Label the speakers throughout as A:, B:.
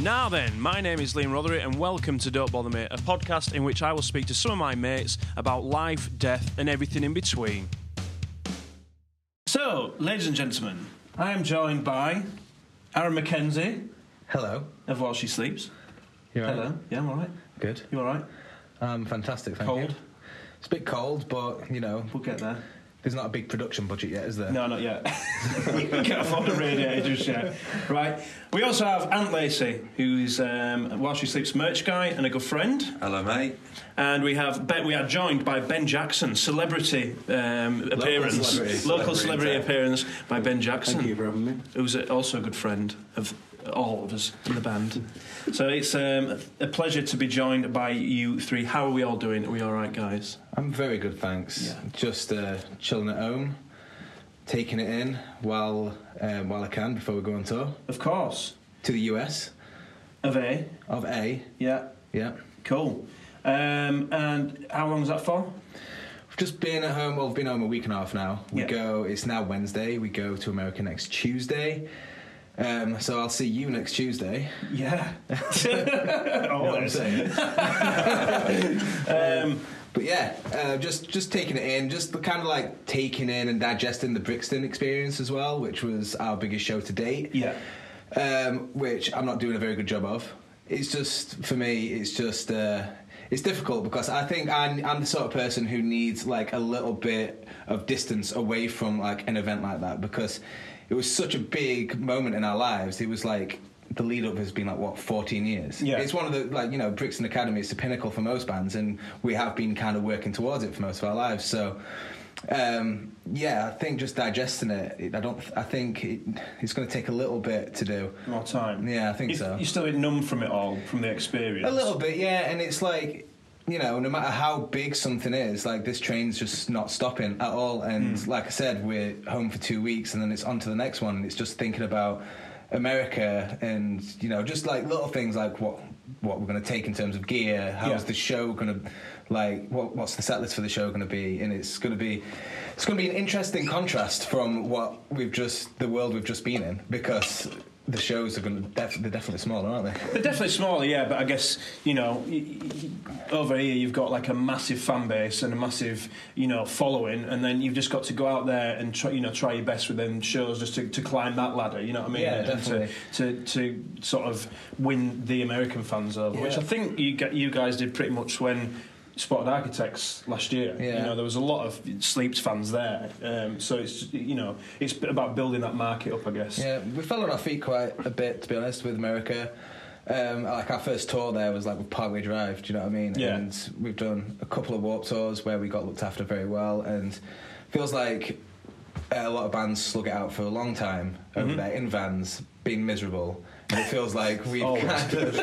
A: Now then, my name is Liam Rothery, and welcome to Don't Bother Me, a podcast in which I will speak to some of my mates about life, death, and everything in between. So, ladies and gentlemen, I am joined by Aaron McKenzie
B: Hello.
A: of While She Sleeps.
B: You all right?
A: Hello. Yeah, I'm all right.
B: Good.
A: You all right?
B: Um, fantastic. Thank
A: Cold.
B: you. It's a bit cold, but you know,
A: We'll get there.
B: there's not a big production budget yet, is there?
A: No, not yet. you can't afford a radiator just yet. Right. We also have Aunt Lacey, who's um, While She Sleeps merch guy and a good friend.
C: Hello, mate.
A: And we have ben, we are joined by Ben Jackson, celebrity um, appearance,
C: celebrity.
A: local
C: Celebrity
A: celebrity
C: attack.
A: appearance by Ben Jackson.
D: Thank you for having me.
A: Who's a- also a good friend of all of us in the band. so it's um, a pleasure to be joined by you three. How are we all doing? Are we all right, guys?
B: I'm very good, thanks.
A: Yeah.
B: Just uh, chilling at home, taking it in while um, while I can before we go on tour
A: Of course.
B: to the US
A: Of A.
B: of A.
A: Yeah.
B: Yeah.
A: Cool. Um, and how long is that for?
B: We've just been at home. Well, we've been home a week and a half now. We
A: Yeah.
B: go. It's now Wednesday. We go to America next Tuesday. Um, so I'll see you next Tuesday.
A: Yeah. Oh,
B: You know what I'm
A: Always.
B: saying?
A: Um,
B: But yeah, uh, just just taking it in, just kind of like taking in and digesting the Brixton experience as well, which was our biggest show to date.
A: yeah.
B: Um, which I'm not doing a very good job of. It's just for me, it's just uh, it's difficult because I think I'm, I'm the sort of person who needs like a little bit of distance away from like an event like that because it was such a big moment in our lives. It was like the lead up has been like what 14 years.
A: Yeah.
B: It's one of the like you know Brixton Academy is the pinnacle for most bands, and we have been kind of working towards it for most of our lives. So. Um, yeah, I think just digesting it. it- I don't. I think it, it's going to take a little bit to do.
A: More time.
B: Yeah, I think
A: You-
B: so.
A: You're still a bit numb from it all, from the experience.
B: A little bit, yeah. And it's like, you know, no matter how big something is, like this train's just not stopping at all. And
A: Hmm.
B: like I said, we're home for two weeks and then it's on to the next one. And it's just thinking about America and, you know, just like little things like what what we're going to take in terms of gear, how's
A: Yeah.
B: the show going to like what, what's the set list for the show going to be and it's going to be it's going to be an interesting contrast from what we've just the world we've just been in because the shows are going to def- they're definitely smaller aren't they
A: They're definitely smaller, yeah, but I guess, you know, y- y- over here you've got like a massive fan base and a massive, you know, following, and then you've just got to go out there and, try, you know, try your best with them shows just to, to climb that ladder, you know what I mean?
B: Yeah,
A: And
B: definitely.
A: To, to, to sort of win the American fans over, which
B: Yeah.
A: I think you, gu- you guys did pretty much when. Spotted Architects last year. You
B: Yeah.
A: know there was a lot of Sleeps fans there, um, so it's you know it's about building that market up, I guess.
B: Yeah, we fell on our feet quite a bit, to be honest, with America. Um, like our first tour there was like with Parkway Drive. Do you know what I mean?
A: Yeah.
B: And we've done a couple of warp tours where we got looked after very well, and feels like uh, a lot of bands slug it out for a long time over
A: Mm-hmm.
B: there in vans, being miserable. And it feels like we've
A: Always.
B: kind of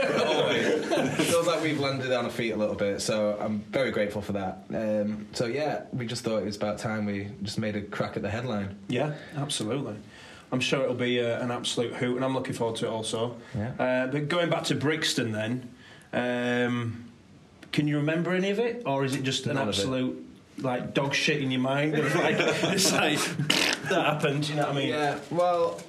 B: always. It feels like we've landed on our feet a little bit. So I'm very grateful for that. Um, so yeah, we just thought it was about time we just made a crack at the headline.
A: Yeah, absolutely. I'm sure it'll be uh, an absolute hoot, and I'm looking forward to it also.
B: Yeah.
A: Uh, but going back to Brixton, then, um, can you remember any of it, or is it just an
B: None of it.
A: absolute like dog shit in your mind? Of, like it's like that happened. You know what I mean?
B: Yeah, well,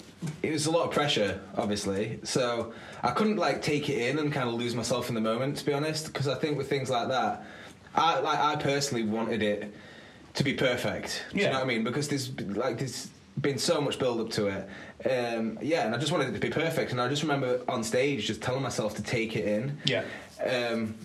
B: it was a lot of pressure, obviously. So I couldn't like take it in and kind of lose myself in the moment, to be honest. Because I think with things like that, I like I personally wanted it to be perfect. Do
A: Yeah.
B: you know what I mean? Because there's like there's been so much build up to it. Um, yeah, and I just wanted it to be perfect. And I just remember on stage just telling myself to take it in
A: Yeah.
B: um,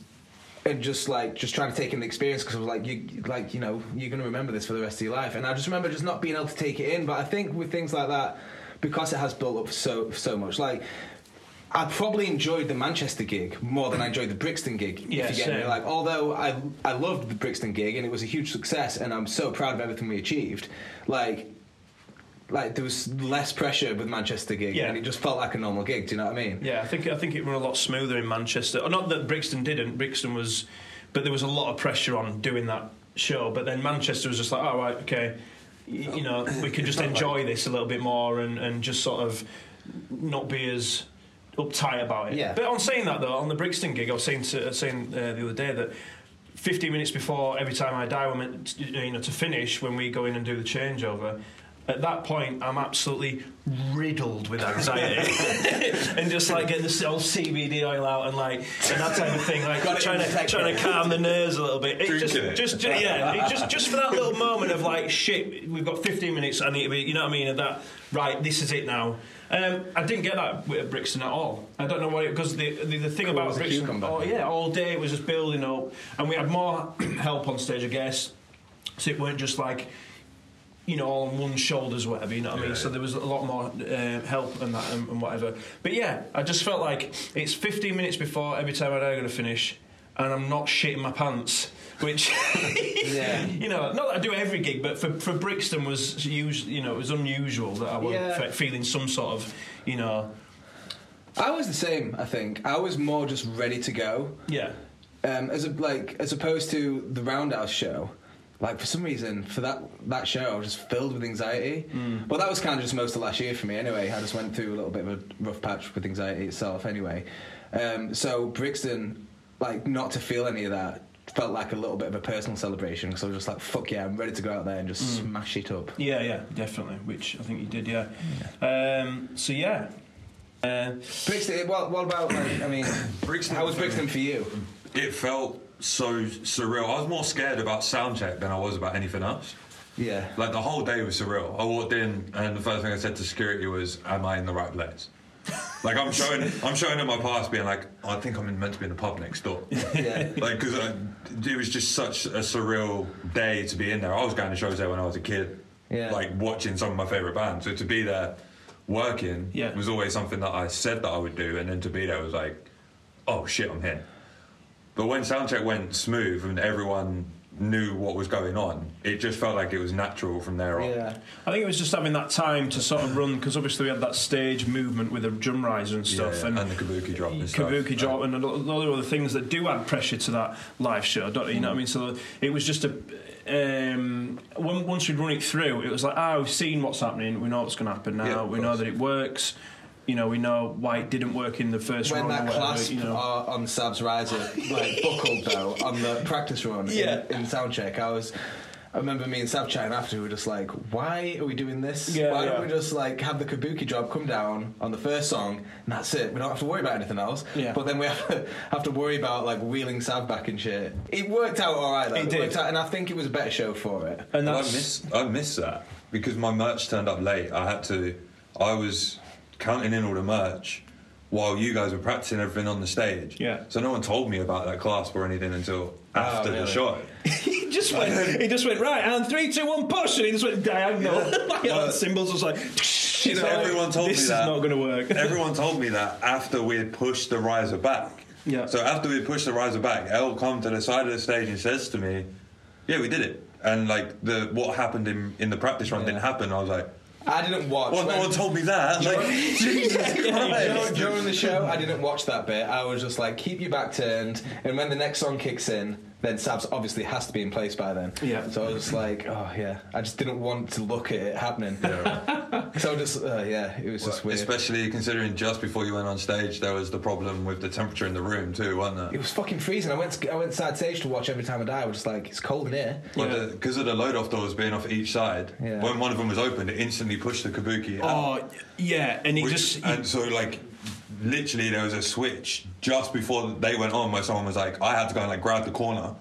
B: and just like just trying to take in the experience because I was like, you like you know you're gonna remember this for the rest of your life. And I just remember just not being able to take it in. But I think with things like that, because it has built up so so much, like. I probably enjoyed the Manchester gig more than I enjoyed the Brixton gig.
A: Yeah,
B: if you get me,
A: same.
B: like although I I loved the Brixton gig and it was a huge success, and I'm so proud of everything we achieved. Like, like there was less pressure with Manchester gig,
A: Yeah.
B: and it just felt like a normal gig. Do you know what I mean?
A: Yeah, I think I think it ran a lot smoother in Manchester. Oh, Not that Brixton didn't. Brixton was, but there was a lot of pressure on doing that show. But then Manchester was just like, all right, okay, y- you know, we can just enjoy this a little bit more and and just sort of not be as uptight about it.
B: Yeah.
A: But on saying that though, on the Brixton gig, I was saying to, uh, saying uh, the other day that. 15 minutes before every time I die, we're meant to, you know, to finish when we go in and do the changeover. at that point, I'm absolutely riddled with anxiety and just like get the old CBD oil out and like and that type of thing, like
B: Got it
A: trying
B: in
A: to
B: the
A: trying to calm the nerves a little bit. It just,
C: Drinking it.
A: just, ju- yeah, it just just for that little moment of like shit, we've got 15 minutes. I need to be, you know what I mean? And that right, this is it now. Um, I didn't get that with Brixton at all. I don't know why because the, the the thing about
B: as a
A: Brixton,
B: cucumber.
A: oh yeah, all day it was just building up, and we had more help on stage, I guess. So it weren't just like you know, all on one shoulders, whatever. You know what I mean?
C: Yeah,
A: So
C: yeah.
A: there was a lot more uh, help and that and, and whatever. But yeah, I just felt like it's 15 minutes before every time I'm going to finish, and I'm not shitting my pants. Which,
B: Yeah.
A: you know, not that I do every gig, but for, for Brixton was usually, you know, it was unusual that I was
B: Yeah.
A: fe- feeling some sort of, you know,
B: I was the same. I think I was more just ready to go.
A: yeah,
B: um, as a, like as opposed to the Roundhouse show. Like for some reason, for that that show, I was just filled with anxiety.
C: Hmm.
B: Well, that was kind of just most of last year for me. Anyway, I just went through a little bit of a rough patch with anxiety itself. Anyway, um, so Brixton, like not to feel any of that, felt like a little bit of a personal celebration because I was just like, "Fuck yeah, I'm ready to go out there and just
C: Hmm.
B: smash it up."
A: yeah, yeah, definitely. Which I think you did, yeah. Um, so yeah, uh,
B: Brixton, what, what about? Like, I mean,
C: Brixton
B: How was
C: for me.
B: Brixton for you?
C: It felt so surreal. I was more scared about soundcheck than I was about anything else.
B: Yeah,
C: Like the whole day was surreal. I walked in and the first thing I said to security was, "Am I in the right place?" like I'm showing, I'm showing them my pass, being like, "I think I'm in- meant to be in the pub next door."
B: yeah.
C: like because it was just such a surreal day to be in there. I was going to shows there when I was a kid,
B: Yeah.
C: like watching some of my favorite bands. So to be there working
A: Yeah.
C: was always something that I said that I would do, and then to be there was like, oh shit, I'm here. But when soundcheck went smooth and everyone knew what was going on, it just felt like it was natural from there on.
B: yeah.
A: I think it was just having that time to sort of run because obviously we had that stage movement with the drum riser and stuff
C: Yeah,
A: and,
C: and, the kabuki drop and stuff.
A: kabuki drop and a lot lot of other things that do add pressure to that live show. Don't you know what I mean? So it was just a. Um, on- once we'd run it through, it was like, ah, we've seen what's happening. We know what's going to happen now.
C: Yeah, of
A: we know
C: course.
A: that it works. You know, we know why it didn't work in the first
B: when
A: run. or
B: that
A: whatever,
B: clasp
A: you know.
B: uh, on Sab's riser like buckled though on the practice run
A: Yeah.
B: in, in soundcheck, I was. I remember me and Sab chatting after, we were just like, why are we doing this?
A: Yeah,
B: why
A: yeah.
B: don't we just like have the kabuki job come down on the first song and that's it? We don't have to worry about anything else.
A: Yeah.
B: But then we have to, have to worry about like wheeling Sab back and shit. It worked out all right though.
A: It did.
B: worked out, and I think it was a better show for it.
A: and
C: Well, I
A: that's
C: miss I miss that because my merch turned up late. I had to I was counting in all the merch while you guys were practicing everything on the stage.
A: Yeah. Oh,
C: So no one told me about that clasp or anything until after the
B: really?
C: show.
A: he just
C: um,
A: went. He just went right and three, two, one, push, and he just went diagonal. like, all the symbols was like. You
C: Uh, know, everyone told
A: this
C: me
A: is
C: that."
A: not going to work.
C: everyone told me that after we had pushed the riser back.
A: Yeah.
C: So after we pushed the riser back, Elle come to the side of the stage and says to me, "Yeah, we did it." And like the what happened in in the practice run didn't happen. I was like,
B: I didn't watch.
C: "Well,
B: when-
C: no one told me that." Like, Jesus
B: Dur-
C: Christ.
B: during the show, I didn't watch that bit. I was just like, keep your back turned, and when the next song kicks in, then Sabs obviously has to be in place by then.
A: Yeah.
B: So I was just like, oh yeah, I just didn't want to look at it happening. So just uh, yeah, it was just weird.
C: Especially considering just before you went on stage, there was the problem with the temperature in the room too, wasn't
B: it
C: there?
B: was fucking freezing. I went to, I went side stage to watch Every Time I Die. I was just like, it's cold in here.
A: Yeah.
C: Because of the load off doors being off each side,
B: Yeah.
C: when one of them was opened, it instantly pushed the kabuki out.
A: Oh yeah, and it
C: which-
A: just
C: and so, like, literally, there was a switch just before they went on where someone was like, I had to go and like grab the corner.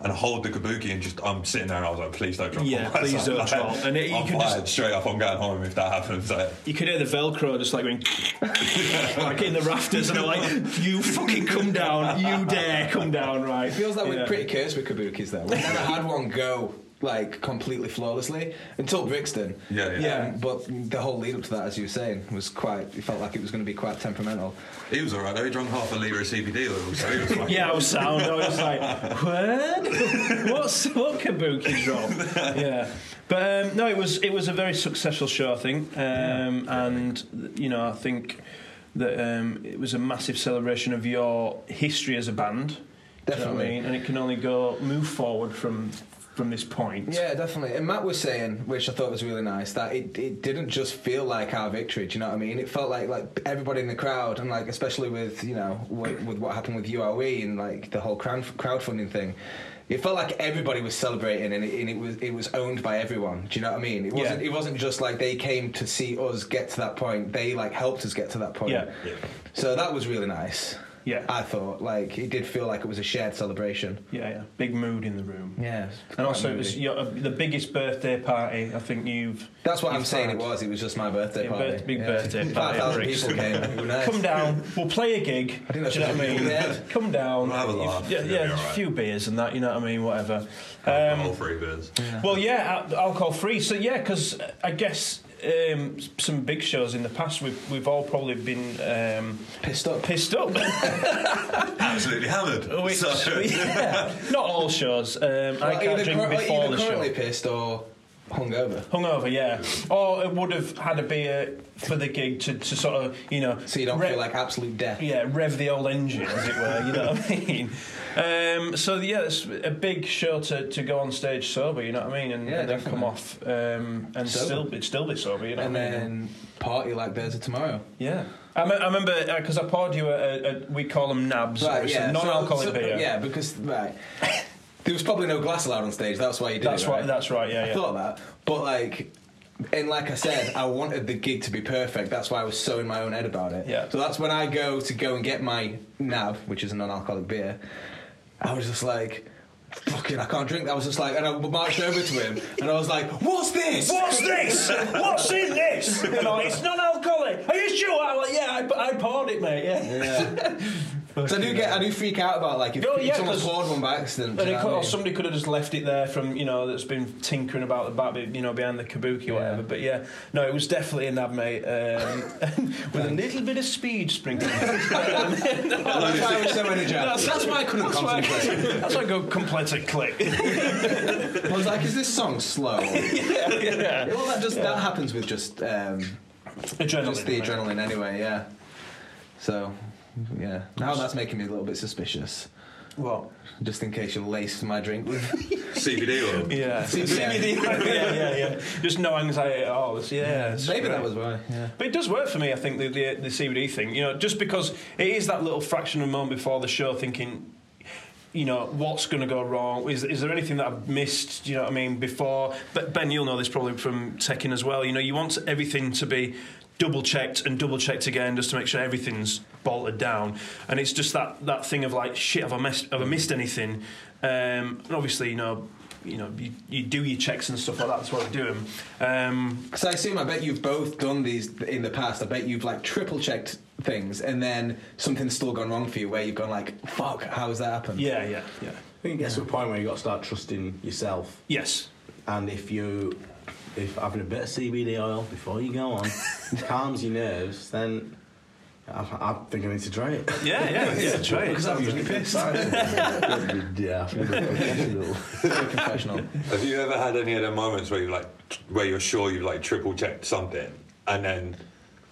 C: And hold the kabuki, and just I'm sitting there, and I was like, "Please don't drop."
A: Yeah,
C: on my
A: please
C: side."
A: don't drop. And it- you
C: I'm
A: could just-
C: fired straight up. I'm going home if that happens. Like,
A: you could hear the Velcro just like going like in the rafters, and I'm like, "You fucking come down, you dare come down, right?"
B: It feels like
A: Yeah.
B: we're pretty cursed with kabukis though. We've never had one go like completely flawlessly until Brixton.
C: yeah, yeah,
A: Yeah.
B: Um, but the whole lead up to that, as you were saying, was quite. It felt like it was going to be quite temperamental.
C: He was alright. though. He drank half a liter of CBD oil, so he was fine.
A: Yeah, I was sound. I was like, "What? What's what kabuki drop?" Yeah, but um, no, it was it was a very successful show, I think, um, and you know, I think that um, it was a massive celebration of your history as a band. Do you know what I
B: Definitely.
A: mean? and it can only go move forward from from this point.
B: Yeah, definitely. And Matt was saying, which I thought was really nice, that it, it didn't just feel like our victory. Do you know what I mean? It felt like like everybody in the crowd, and like especially with you know what, with what happened with URE and like the whole crowd crowdfunding thing. It felt like everybody was celebrating, and it, and it was it was owned by everyone. Do you know what I mean? It wasn't
A: Yeah.
B: it wasn't just like they came to see us get to that point. They like helped us get to that point.
A: Yeah.
C: Yeah.
B: So that was really nice.
A: Yeah.
B: I thought like it did feel like it was a shared celebration.
A: Yeah, yeah. Big mood in the room.
B: Yeah,
A: And also, it was your, uh, the biggest birthday party I think you've.
B: That's what I'm
A: you've
B: saying.
A: had.
B: It was. It was just my birthday
A: Your
B: party.
A: birth- big birthday party
B: Five
A: at
B: thousand
A: Briggs.
B: people came. It was nice.
A: Come down. We'll play a gig.
B: I think that's
A: do you know what I
B: what
A: mean?
B: we did.
A: Come down.
C: We'll have a
A: you've-
C: laugh.
A: Yeah,
C: It'll
A: yeah
C: be
A: just a
C: alright.
A: few beers and that. You know what I mean? Whatever.
C: Alcohol
A: Um,
C: free beers.
A: well, yeah, alcohol free. So yeah, because I guess um, s- some big shows in the past we've we've all probably been um,
B: Pissed up.
A: pissed up.
C: Absolutely hammered.
A: Which,
C: So-
A: yeah, not all shows. Um, I
B: Well,
A: can't
B: either
A: drink
B: cur-
A: before
B: either
A: the show.
B: currently pissed or hungover.
A: Hungover, yeah. Or it would have had a beer for the gig to, to sort of, you know.
B: So you don't
A: re-
B: feel like absolute death.
A: Yeah, rev the old engine, as it were, you know what I mean? Um, so, yeah, it's a big show to, to go on stage sober, you know what I mean? And,
B: Yeah,
A: and then come off
B: definitely.
A: um, and
B: Sober.
A: still, be, still be sober, you know
B: And
A: what I mean?
B: then party like there's a tomorrow.
A: yeah. I, me- I remember because I poured you a, a, a, we call them nabs,
B: Right.
A: which is
B: Yeah.
A: a
B: so-
A: non-alcoholic
B: so-
A: beer.
B: Yeah, because right. There was probably no glass allowed on stage. That's why you did
A: that's
B: it.
A: right. That's right. Yeah,
B: I
A: yeah.
B: thought that, but like, and like I said, I wanted the gig to be perfect. That's why I was so in my own head about it.
A: Yeah.
B: So that's when I go to go and get my nav, which is a non-alcoholic beer. I was just like. Fucking, I can't drink. I was just like, and I marched over to him, and I was like, "What's this?"
A: What's this? What's in this? You know, it's non-alcoholic. Are you sure? I'm like, yeah, I, I poured it, mate. Yeah.
B: Yeah. so I do get, I do freak out about like if,
A: Oh, yeah,
B: if someone's
A: 'cause-
B: poured one by accident. do
A: And
B: you
A: it
B: know
A: could,
B: what I
A: or
B: mean?
A: somebody could have just left it there from you know that's been tinkering about the back, you know, behind the kabuki or whatever. But yeah, no, it was definitely a nab, mate, um, with a little bit of speed sprinkled. in.
B: That's why I was so energetic. That's, why I couldn't
A: That's why,
B: concentrate.
A: that's why I go complain to click.
B: I was like, "Is this song slow?"
A: yeah.
B: well, that just that happens with just um,
A: Adrenaline.
B: just the
A: mate.
B: adrenaline anyway yeah so yeah now that's making me a little bit suspicious
A: What?
B: just in case you laced my drink with
C: CBD oil.
A: Yeah.
B: CBD.
A: yeah, yeah, yeah. Just no anxiety at all. It's- yeah. it's
B: maybe
A: great.
B: that was why yeah
A: But it does work for me, I think, the, the, the CBD thing. You know, just because it is that little fraction of a moment before the show thinking, you know, what's going to go wrong? Is, is there anything that I've missed, do you know what I mean, before? But Ben, you'll know this probably from Tekken as well. You know, you want everything to be double checked and double checked again just to make sure everything's bolted down. And it's just that, that thing of like, shit, have I missed, have I missed anything? Um, and obviously, you know, you know, you, you do your checks and stuff like that. That's why I do them. Um,
B: so I assume I bet you've both done these in the past I bet you've like triple checked things and then something's still gone wrong for you where you've gone like fuck how has that happened
A: yeah, yeah, yeah.
E: I think it gets to a point where you got to start trusting yourself,
A: Yes.
E: and if you, if having a bit of CBD oil before you go on calms your nerves, then I, I think I need to try it.
A: Yeah, yeah, yeah. Try
B: because
A: it.
B: I'm usually pissed
E: yeah, professional.
B: professional
C: Have you ever had any of the moments where you like, t- where you're sure you've like triple checked something, and then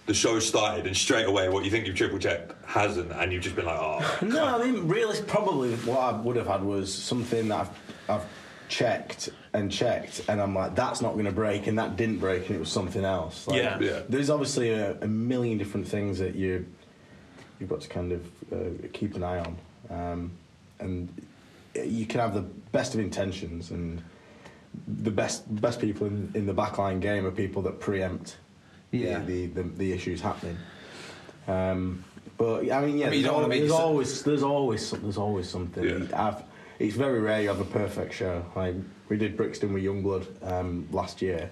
C: the show started, and straight away what you think you've triple checked hasn't, and you've just been like, oh,
E: No, I mean, really, probably what I would have had was something that I've, I've checked and checked, and I'm like, that's not going to break, and that didn't break, and it was something else. Like,
A: Yeah.
C: Yeah.
E: There's obviously a, a million different things that you you've got to kind of uh, keep an eye on, um, and you can have the best of intentions and. The best best people in, in the backline game are people that preempt the-
B: Yeah.
E: the, the, the issues happening. Um, but I mean, yeah,
B: I mean, you
E: there's,
B: don't wanna
E: al-
B: make
E: there's
B: yourself-
E: always there's always some, there's always something.
C: Yeah.
E: I've, it's very rare you have a perfect show. Like we did Brixton with Youngblood um, last year,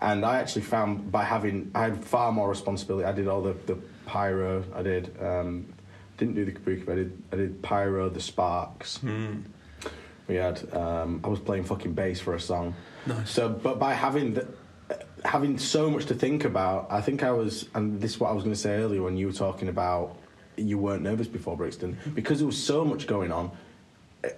E: and I actually found by having I had far more responsibility. I did all the, the pyro. I did um, didn't do the kabuki. But I did I did pyro the sparks. We had um, I was playing fucking bass for a song. Nice. So, but by having the, having so much to think about, I think I was, and this is what I was going to say earlier when you were talking about you weren't nervous before Brixton because there was so much going on.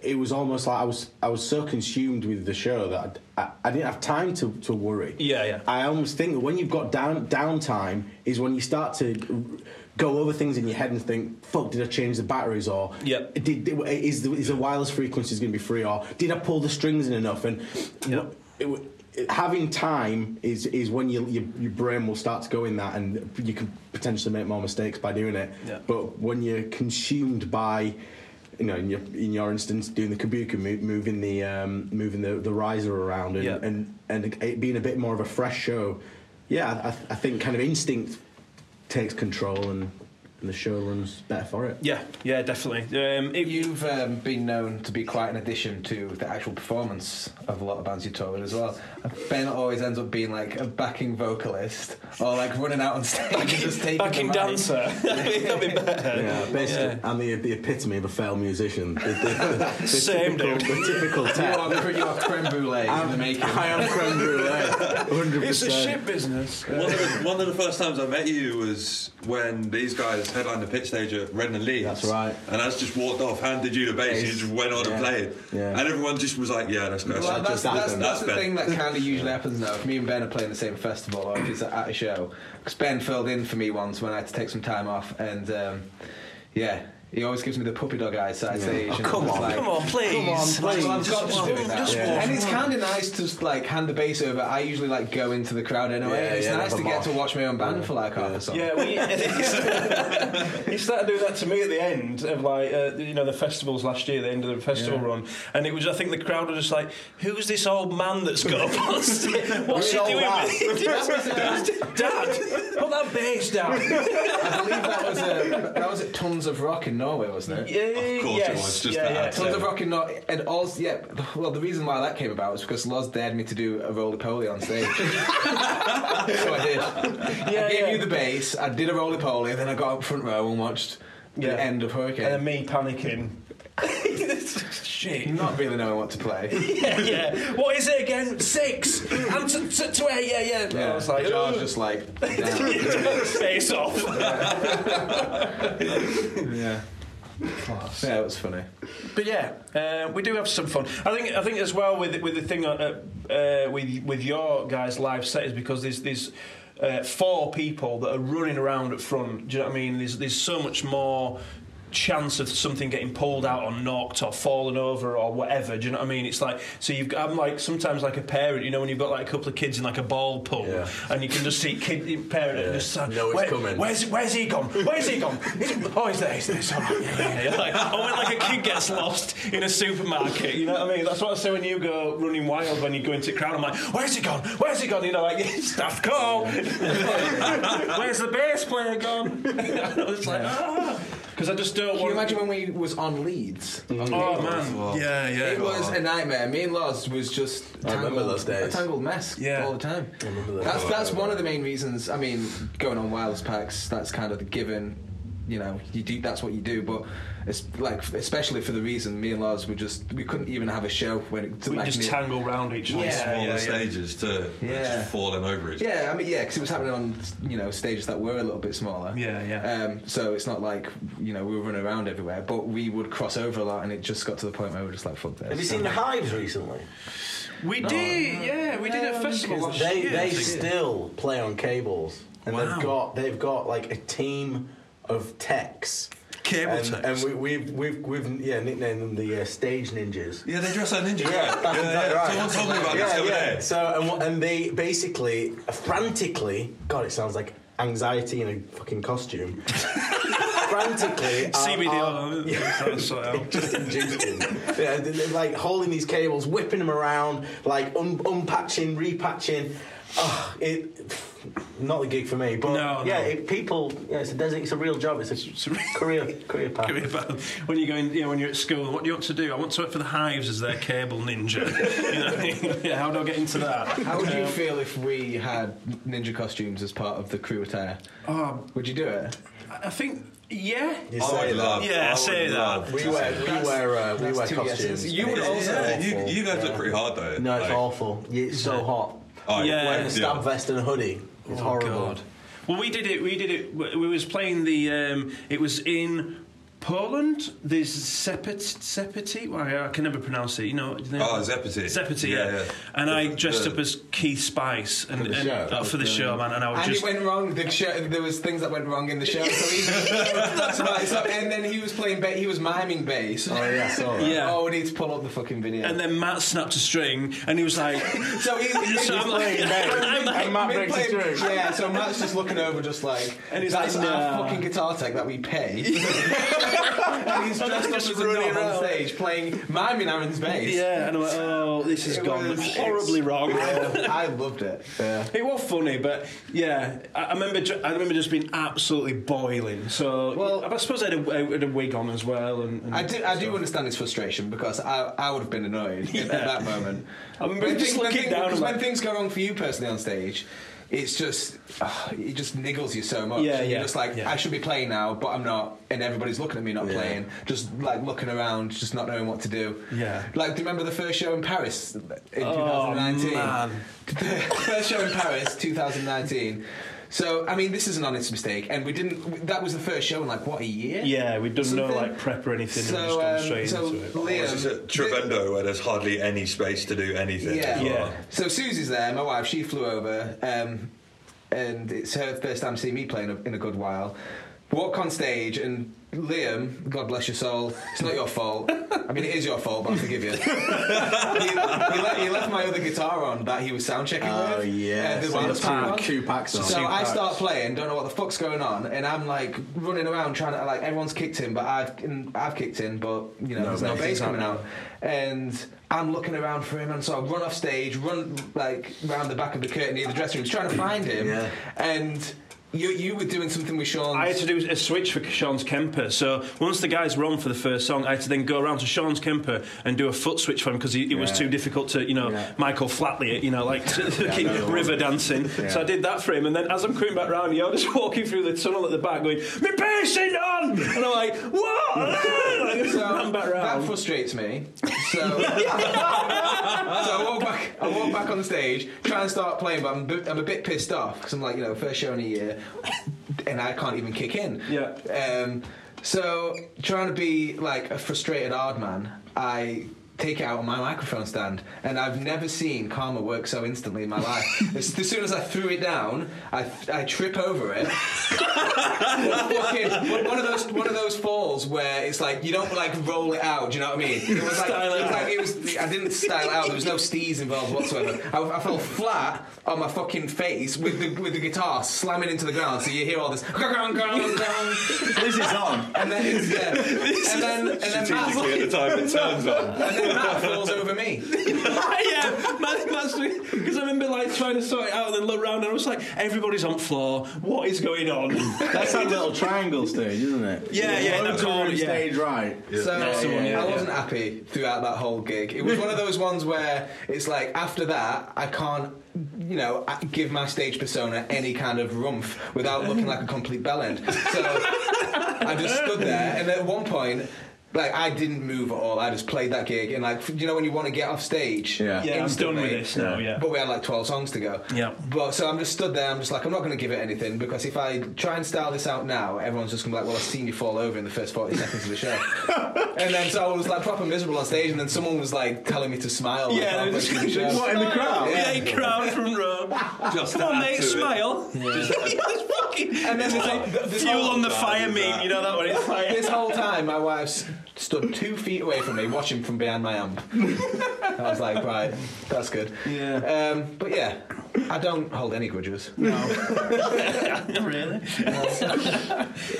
E: It was almost like I was I was so consumed with the show that I, I, I didn't have time to, to worry.
A: Yeah, yeah.
E: I almost think that when you've got down downtime is when you start to
D: go over things in your head and think, "Fuck, did I change the batteries?" Or
A: Yep.
D: did, did- is the, is the wireless frequencies going to be free?" Or did I pull the strings in enough? And
A: Yep.
D: it, it- having time is is when your, your your brain will start to go in that, and you can potentially make more mistakes by doing it.
A: Yep.
D: But when you're consumed by you know, in your, in your instance, doing the kabuki, mo- moving the um, moving the, the riser around, and,
A: Yeah.
D: and and it being a bit more of a fresh show. Yeah, I, I think kind of instinct takes control, and, and the show runs better for it.
A: Yeah, yeah, definitely. Um, it,
B: You've um, been known to be quite an addition to the actual performance of a lot of bands you tour with as well. Ben always ends up being like a backing vocalist or like running out on stage and just taking
A: backing
B: the mic.
A: dancer. That'd be better.
D: Yeah, basically, I'm the, the epitome of a failed musician. The, the, the, the
A: Same,
D: typical,
A: dude.
D: The typical
B: You
D: tech.
B: are, you are creme brulee in the making.
D: I am creme brulee, 100%.
A: It's a shit business.
C: One of, the, one of the first times I met you was when these guys headlined the pit stage at Redden and Leeds.
D: That's right.
C: And I just walked off, handed you the bass, and you
D: Bass.
C: just went on
D: Yeah.
C: and played.
D: Yeah.
C: And everyone just was like, yeah, that's good.
B: Well, that's,
D: just
B: that's,
D: happened.
B: that's the
C: That's
B: thing that kind of usually happens now. If me and Ben are playing the same festival or if it's at a show, because Ben filled in for me once when I had to take some time off, and um, yeah, he always gives me the puppy dog eyes side stage. and
D: Oh, come
B: it's
D: on.
B: like,
A: Come on, please.
B: Like, well, I've got
A: Just
B: to do
A: walk-
B: it now.
A: just
D: Yeah. walk.
B: And it's kind of nice to just, like hand the bass over. I usually like go into the crowd anyway.
D: Yeah,
B: and it's
D: yeah,
B: nice
D: have
B: to
D: a
B: get to
D: march.
B: watch my own band for like half a song.
A: Yeah, we, he started doing that to me at the end of like uh, you know the festivals last year, the end of the festival run, and it was I think the crowd were just like, "Who's this old man that's got a plastic? What's he
D: Really
A: doing?"
D: old
A: with it?" Dad, put that bass down.
B: I believe that was a, that was at Tons of Rock in Norway, wasn't it?
A: Yeah,
C: Of course it
A: yes,
C: was, just
A: yeah,
C: that
A: yeah.
C: accent.
B: Tons of Rock in Norway, and also yeah. Well, the reason why that came about was because Loz dared me to do a roly poly on stage, so I did.
A: Yeah,
B: I gave
A: yeah.
B: you the bass. I did a roly poly, then I got up front row and watched
A: Yeah.
B: the end of
A: And then
B: Hurricane,
A: me panicking. Shit.
B: not really knowing what to play.
A: Yeah, yeah. What is it again? Six. And to, to, to eight. Yeah, yeah. And I was like, "Oh,
B: Jar's
A: "Ugh."
B: just like, down.
A: face off.
B: yeah. Yeah, it was funny.
A: But yeah, uh, we do have some fun. I think I think as well with with the thing uh, uh, with with your guys' live set is because there's there's uh, four people that are running around at front. Do you know what I mean? There's there's so much more chance of something getting pulled out or knocked or fallen over or whatever. Do you know what I mean? It's like so you've got, I'm like sometimes like a parent, you know, when you've got like a couple of kids in like a ball pool
D: Yeah.
A: and you can just see kid parent and just uh,
D: Know it's coming.
A: Where's, where's he gone? Where's he gone? He's- oh, he's there, he's there. It's all right. Yeah, yeah, yeah. Like, oh, when like a kid gets lost in a supermarket, you know what I mean? That's what I say when you go running wild when you go into a crowd. I'm like, where's he gone? Where's he gone? You know, like, staff call. where's the bass player gone? I was like, ah. Because I just don't
B: Can you
A: want.
B: imagine when we was on Leeds?
A: oh, man. Yeah, yeah.
B: It was a nightmare. Me and Lars was just
D: I
B: tangled,
D: remember those days.
B: a tangled mess
A: Yeah.
B: all the time.
D: remember those
B: That's
D: days.
B: that's one of the main reasons. I mean, going on wireless packs, that's kind of the given. You know, you do that's what you do. But it's like, especially for the reason me and Lars were just we couldn't even have a show when it
A: we
B: like,
A: just
B: me-
A: tangle round each other.
B: Yeah,
C: Smaller
B: yeah, yeah.
C: stages too.
B: Yeah.
C: Just falling over each
B: Yeah, I mean, yeah, because it was happening on you know stages that were a little bit smaller.
A: Yeah, yeah.
B: Um, so it's not like you know we were running around everywhere, but we would cross over a lot, and it just got to the point where we were just like, "Fuck this."
E: Have you seen the Hives recently?
A: We
B: Oh,
A: did, yeah, we did at a festival last
E: They
A: year.
E: they still play on cables, and
A: Wow.
E: they've got they've got like a team of techs.
C: Cable
E: and,
C: techs?
E: and we, we've we've we've yeah nicknamed them the uh, stage ninjas.
C: Yeah, they dress like ninjas.
E: Yeah, that's exactly right.
C: Someone told me about this
E: yeah,
C: the other
E: yeah.
C: day.
E: So and wha- and they basically uh, frantically, God, it sounds like anxiety in a fucking costume. frantically, are-
A: CBD.
E: are-
A: oil. Sorry, sorry.
E: just induced him. yeah, they- they're, like holding these cables, whipping them around, like un- unpatching, repatching. Oh, it not a gig for me, but
A: No,
E: yeah,
A: no.
E: It, people, yeah, it's a desert, it's a real job, it's a, career career path.
A: Give me a bell. when you're going, you know, when you're at school, what do you want to do? I want to work for the Hives as their cable ninja. you know, what I mean? yeah, how do I get into that?
B: How would you feel if we had ninja costumes as part of the crew attire?
A: Um,
B: Would you do it?
A: I I think, yeah,
E: You
C: I
E: say
C: would
E: that.
C: love.
A: Yeah,
C: I
A: say
C: would
A: that.
C: love
E: We
C: to
E: wear
C: see
E: we
B: That's-
E: wear uh, we
B: that's
E: wear
B: two
E: costumes.
B: yeses. You
E: and
B: would
E: it's
B: also-
C: Yeah,
E: awful.
C: you, you guys look
E: Yeah.
C: pretty hard though.
E: No, it's
C: Like-
E: awful. Yeah, It's so hot.
C: Oh,
A: Yeah.
E: Wearing a stab
C: yeah.
E: vest and a hoodie.
F: Oh,
E: It's horrible.
A: Well, we did it. We did it. We we was playing the. Um, it was in Poland, there's Sepet, Sepeti. Well, I can never pronounce it. You know, do you know-
C: Oh, Zepeti.
A: Zepeti, yeah.
C: Yeah, yeah.
A: And I dressed
C: the-
A: up as Keith Spice and,
D: For the
A: and-
D: show.
A: uh, for the show, man. And I was
B: And
A: just
B: it went wrong. The show, there was things that went wrong in the show. So he, that's why. So, and then he was playing. Ba- he was miming bass.
D: Oh yeah, I saw that.
A: Yeah.
B: Oh, we need to pull up the fucking video.
A: And then Matt snapped a string, and he was like,
B: so he,
A: So I'm like- I'm like-
D: And Matt breaks it
B: Mid-play-
D: through.
B: Yeah, so Matt's just looking over, just like,
A: And he's
B: that's
A: like,
B: our
A: "Nah."
B: fucking guitar tech that we pay. and he's
A: And
B: dressed
A: I'm
B: up
A: just
B: as a
A: running
B: knob on
A: around.
B: stage, playing miming Aaron's bass.
A: "Yeah," and I'm like, "Oh, this has
B: It
A: gone
B: was-
A: horribly wrong."
B: I loved it.
A: It was funny, but yeah, I, I remember. ju- I remember just being absolutely boiling. So,
B: Well-
A: well, I suppose I had a, I had a wig on as well, and, and
B: I do, I do understand his frustration because I, I would have been annoyed at that moment.
A: I remember
B: When
A: just
B: thing- when
A: looking
B: thing-
A: down
B: because
A: and
B: when
A: like-
B: things go wrong for you personally on stage, it's just ah, it just niggles you so much.
A: Yeah,
B: And You're
A: yeah,
B: just like
A: yeah.
B: I should be playing now, but I'm not, and everybody's looking at me not playing, just like looking around, just not knowing what to do.
A: Yeah.
B: Like, do you remember the first show in Paris in
A: Oh,
B: 2019?
A: man.
B: the first show in Paris, 2019. So I mean, this is an honest mistake, and we didn't. That was the first show in like what a year?
A: Yeah, we done no
B: Something.
A: like prep or anything. and
B: So,
A: just gone
B: um,
A: straight
B: so
A: into Oh, it.
C: This is
B: Liam,
C: at Trevendo where there's hardly any space to do anything.
B: yeah.
C: as well.
A: Yeah.
B: So Susie's there, my wife. She flew over, um, and it's her first time seeing me playing in a good while. Walk on stage, and Liam, God bless your soul, it's not your fault. I mean, it is your fault, but I forgive you. he, he le- he left my other guitar on that he was sound checking
D: Oh
B: with.
D: yeah,
B: Uh, the
D: So
B: one
D: the
B: that's put on.
D: two, two packs on.
B: So
D: Two
B: I
D: packs.
B: start playing, don't know what the fuck's going on, and I'm like running around trying to like everyone's kicked in, but I've and I've kicked in, but you know there's no
D: bass
B: bass
D: is
B: coming out, and I'm looking around for him, and so I run off stage, run like round the back of the curtain near the dressing room, trying to find him,
D: Yeah.
B: and you you were doing something with Sean.
A: I had to do a switch for Sean's Kemper. So once the guys were on for the first song, I had to then go around to Sean's Kemper and do a foot switch for him because it was
D: Yeah.
A: too difficult to, you know,
D: Yeah.
A: Michael Flatley, it, you know, like to, keep
D: no, no.
A: river dancing. So I did that for him. And then as I'm coming back round, you're just walking through the tunnel at the back going, My patient on! And I'm like, What? like, just ran back
B: um, that
A: round.
B: frustrates me. So, so I walk back. I walk back on stage, try and start playing, but I'm, a bit- I'm a bit pissed off because I'm like, you know, first show in a year, and I can't even kick in.
A: Yeah.
B: Um, so trying to be like a frustrated hard man, I. Take it out on my microphone stand, and I've never seen karma work so instantly in my life. as, as soon as I threw it down, I, I trip over it, fucking one one of those one of those falls where it's like you don't like roll it out. Do you know what I mean? It was like,
A: Style
B: it
A: it
B: was
A: out.
B: like it was. I didn't style it out. There was no stees involved whatsoever. I, I fell flat on my fucking face with the with the guitar slamming into the ground. So you hear all this. "Gong, gong, gong, gong,"
F: This is on.
B: And then it's there. And then and then Matt,
C: Strategically at the time it turns on.
B: and then Matt falls over me.
A: yeah, because I remember like trying to sort it out and then look round and I was like, everybody's on floor. What is going on?
F: That's that little triangle stage, isn't it?
A: Yeah, yeah,
F: Loads
A: that
F: of
A: corner,
F: room
A: yeah.
F: stage right.
B: So
A: That's the one, yeah,
B: I
A: yeah.
B: wasn't happy throughout that whole gig. It was one of those ones where it's like after that I can't, you know, I- give my stage persona any kind of rumph without looking like a complete bellend. So I just stood there, and at one point. Like I didn't move at all. I just played that gig, and like you know when you want to get off stage,
F: Yeah.
A: yeah, I'm done
B: instantly.
A: with this now, yeah.
B: But we had like 12 songs to go.
A: Yeah.
B: But so I'm just stood there. I'm just like, I'm not going to give it anything because if I try and style this out now, everyone's just going to be like, well, I've seen you fall over in the first 40 seconds of the show. and then so I was like proper miserable on stage, and then someone was like telling me to smile. like,
A: Yeah,
B: halfway
A: they're just
B: through the show.
A: what in the crowd?
B: Yeah.
A: Yeah, crowd from Rome.
C: Just
A: Come on,
C: add
A: mate,
C: to it.
A: smile. Just fucking
B: And then there's, there's
A: fuel
B: all-
A: on the fire meme. You know that one? It's like
B: This whole time, my wife s- stood two feet away from me, watching from behind my amp. I was like, right, that's good.
F: Yeah.
B: Um, but yeah, I don't hold any grudges.
F: Really?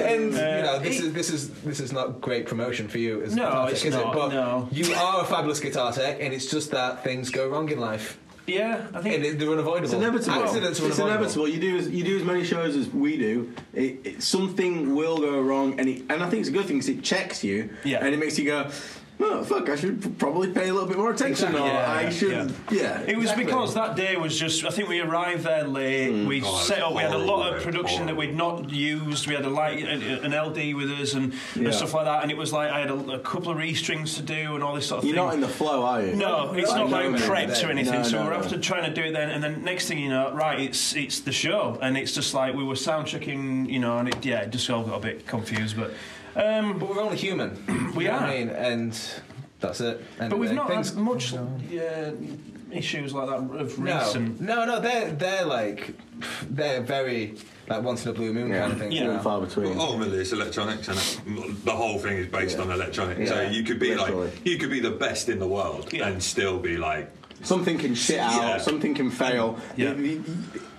B: And you know, this is this is this is not great promotion for you as a
A: No,
B: guitar tech,
A: it's
B: is it?
A: not,
B: But
A: no.
B: you are a fabulous guitar tech, and it's just that things go wrong in life,
A: yeah, I
B: and
A: think.
B: it- they're unavoidable.
F: It's inevitable.
B: Accidents are
F: it's
B: unavoidable.
F: inevitable. You do as you do as many shows as we do. It, it, something will go wrong, and it, and I think it's a good thing because it checks you,
A: Yeah.
F: and it makes you go, oh fuck, I should probably pay a little bit more attention, or
A: Yeah,
F: I should,
A: yeah.
F: yeah.
A: It was
F: exactly.
A: because that day was just. I think we arrived there late. we
C: Oh,
A: set up. We had a lot of
C: horrible,
A: production that we'd not used. We had a light, an LD with us, and,
F: Yeah.
A: and stuff like that. And it was like I had a, a couple of restrings to do and all this sort of
F: you're
A: thing.
F: not in the flow, are you?
E: Oh,
A: No, it's not
F: No,
A: like
F: no,
A: prepped
F: no,
A: or
F: no,
A: anything. so
F: no,
A: we're
F: no.
A: after trying to do it then, and then next thing you know, right, it's it's the show, and it's just like we were sound checking, you know, and it, yeah, it just all got a bit confused, but. Um,
B: But we're only human.
A: We
B: You know what
A: are.
B: I mean, and that's it. End
A: but
B: of
A: we've
B: day.
A: not
B: Things-
A: had much uh, issues like that of
B: no,
A: recent.
B: no, no. They're they're like they're very like once in a blue moon kind of things.
A: Yeah.
B: now.
E: far between.
C: Ultimately, it's electronics, and it- the whole thing is based on electronics. So
B: Yeah,
C: you could be
E: literally.
C: like, you could be the best in the world
A: Yeah.
C: and still be like,
E: Something can shit
C: Yeah.
E: out. Something can fail.
A: Yeah.
E: It, it-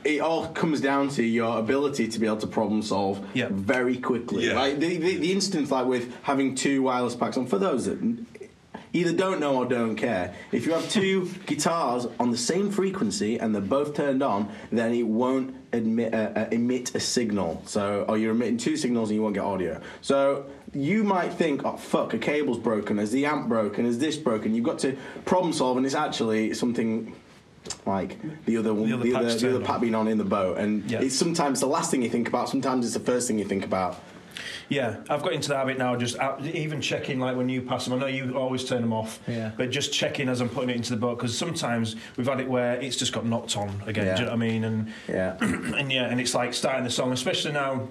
E: it all comes down to your ability to be able to problem solve
A: Yeah.
E: very quickly.
C: Yeah.
E: Like the, the, the instance, like with having two wireless packs on. For those that n- either don't know or don't care, if you have two guitars on the same frequency and they're both turned on, then it won't admit, uh, uh, emit a signal. So, or you're emitting two signals and you won't get audio. So. You might think, oh fuck, a cable's broken, is the amp broken, is this broken? You've got to problem solve, and it's actually something like the other one,
A: The other
E: the other, the
A: patch
E: other,
A: turned on.
E: pat being on in the boat, and
A: Yeah.
E: it's sometimes the last thing you think about. Sometimes it's the first thing you think about.
A: Yeah, I've got into the habit now. Just out- even checking, like when you pass them. I know you always turn them off,
B: Yeah.
A: but just checking as I'm putting it into the boat because sometimes we've had it where it's just got knocked on again. Do you know what I mean? And
E: Yeah.
A: and yeah, and it's like starting the song, especially now.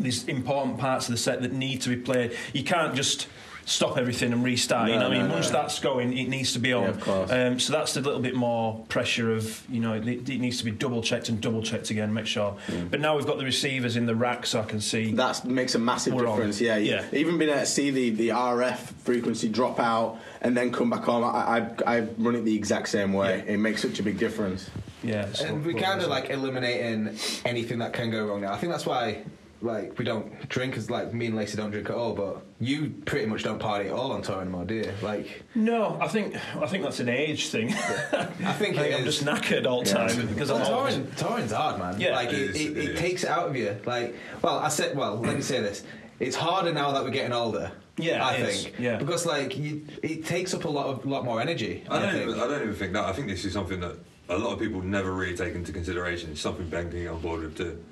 A: These important parts of the set that need to be played. You can't just stop everything and restart. you know what I mean? Once that's going, it needs to be on.
E: of course.
A: Um, so that's a little bit more pressure of you know it, it needs to be double checked and double checked again, make sure. But now we've got the receivers in the rack, so I can see.
E: Mm. That makes a massive
A: We're on.
E: difference. Yeah,
A: Yeah.
E: Even being able to see the, the RF frequency drop out and then come back on, I, I, I run it the exact same way. It makes such a big difference.
A: yeah, so-
B: And we kind of like eliminating anything that can go wrong now. I think that's why, like, we don't drink as like me and Lacey don't drink at all. But you pretty much don't party at all on tour anymore, do you? Like,
A: No, I think I think that's an age thing.
B: I think
A: I
B: it
A: think I'm
B: is-
A: just knackered all the time because I'm
B: Well,
A: always,
B: touring, touring's hard, man.
A: Yeah.
B: like
C: It
B: it,
C: is,
B: it,
C: it
B: it
C: is.
B: takes it out of you. Like, well, I said, well, let me say this: it's harder now that we're getting older.
A: Yeah,
B: I
A: it is.
B: think.
A: Yeah.
B: because like you, it takes up a lot of lot more energy. I,
C: I don't,
B: think.
C: even, I don't even think that. I think this is something that a lot of people never really take into consideration. It's something Ben can get on board with too.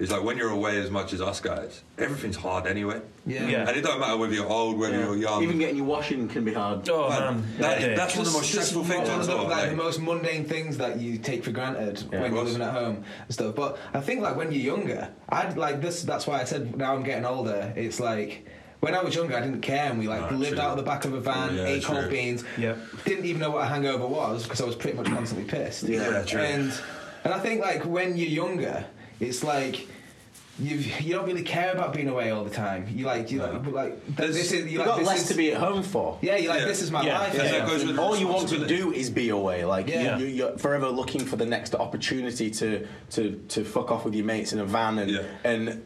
C: It's like when you're away as much as us guys, everything's hard anyway.
B: Yeah.
A: Yeah.
C: And it don't matter whether you're old, whether you're young.
E: Even getting your washing can be hard.
A: oh
C: Man,
A: man,
C: that
A: that
C: is-
A: day.
C: that's one of the most
B: Just-
C: stressful
B: just
C: things
B: one
C: as
B: of the-
C: well.
B: Like,
C: Like,
B: the most mundane things that you take for granted when you're
C: Well,
B: living at home and stuff. But I think like when you're younger, I'd like this. That's why I said now I'm getting older. It's like. When I was younger, I didn't care, and we like
C: No,
B: lived
C: true.
B: out of the back of a van,
C: Yeah,
B: ate
C: true.
B: cold beans.
A: Yep.
B: Didn't even know what a hangover was because I was pretty much constantly pissed.
C: Yeah, true.
B: And and I think like when you're younger, it's like. You've, you don't really care about being away all the time. You like you like, but, like th-
C: There's-
B: this is you
E: You've
B: like
E: got
B: this
E: less
B: is,
E: to be at home for.
B: yeah you like
C: Yeah.
B: this is my
A: Yeah.
B: life.
A: Yeah.
B: and
C: that
B: stuff.
C: goes with the
E: all you want to
C: responsibility.
E: do is be away. Like
B: Yeah.
E: you, you're forever looking for the next opportunity to to to fuck off with your mates in a van and
C: Yeah.
E: and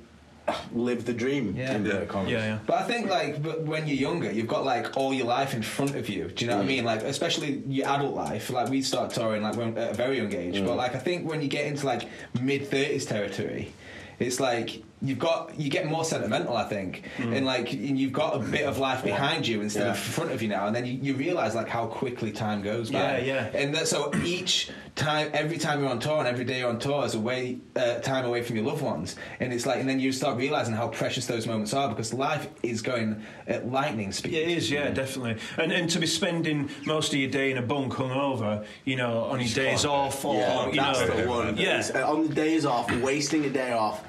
E: live the dream.
B: Yeah.
E: in
C: Yeah.
E: inverted commas.
A: yeah,
B: But I think like but when you're younger, you've got like all your life in front of you. Do you know what I mean? Like especially your adult life. Like we start touring like when, at a very young age.
A: Mm.
B: But like I think when you get into like mid thirties territory, it's like you've got you get more sentimental. I think
A: Mm.
B: and like and you've got a bit of life behind you instead of in front of you now. And then you, you realize like how quickly time goes by.
A: Yeah, yeah.
B: And that, so each time, every time you're on tour and every day you're on tour is away uh, time away from your loved ones, and it's like, and then you start realizing how precious those moments are because life is going at lightning speed.
A: yeah. It is, yeah, definitely. And and to be spending most of your day in a bunk hungover, you know, on your days off, or
E: Yeah,
A: you
E: that's
A: know,
E: the one.
A: Oh, yeah.
E: It's, uh, on the days off, wasting a day off.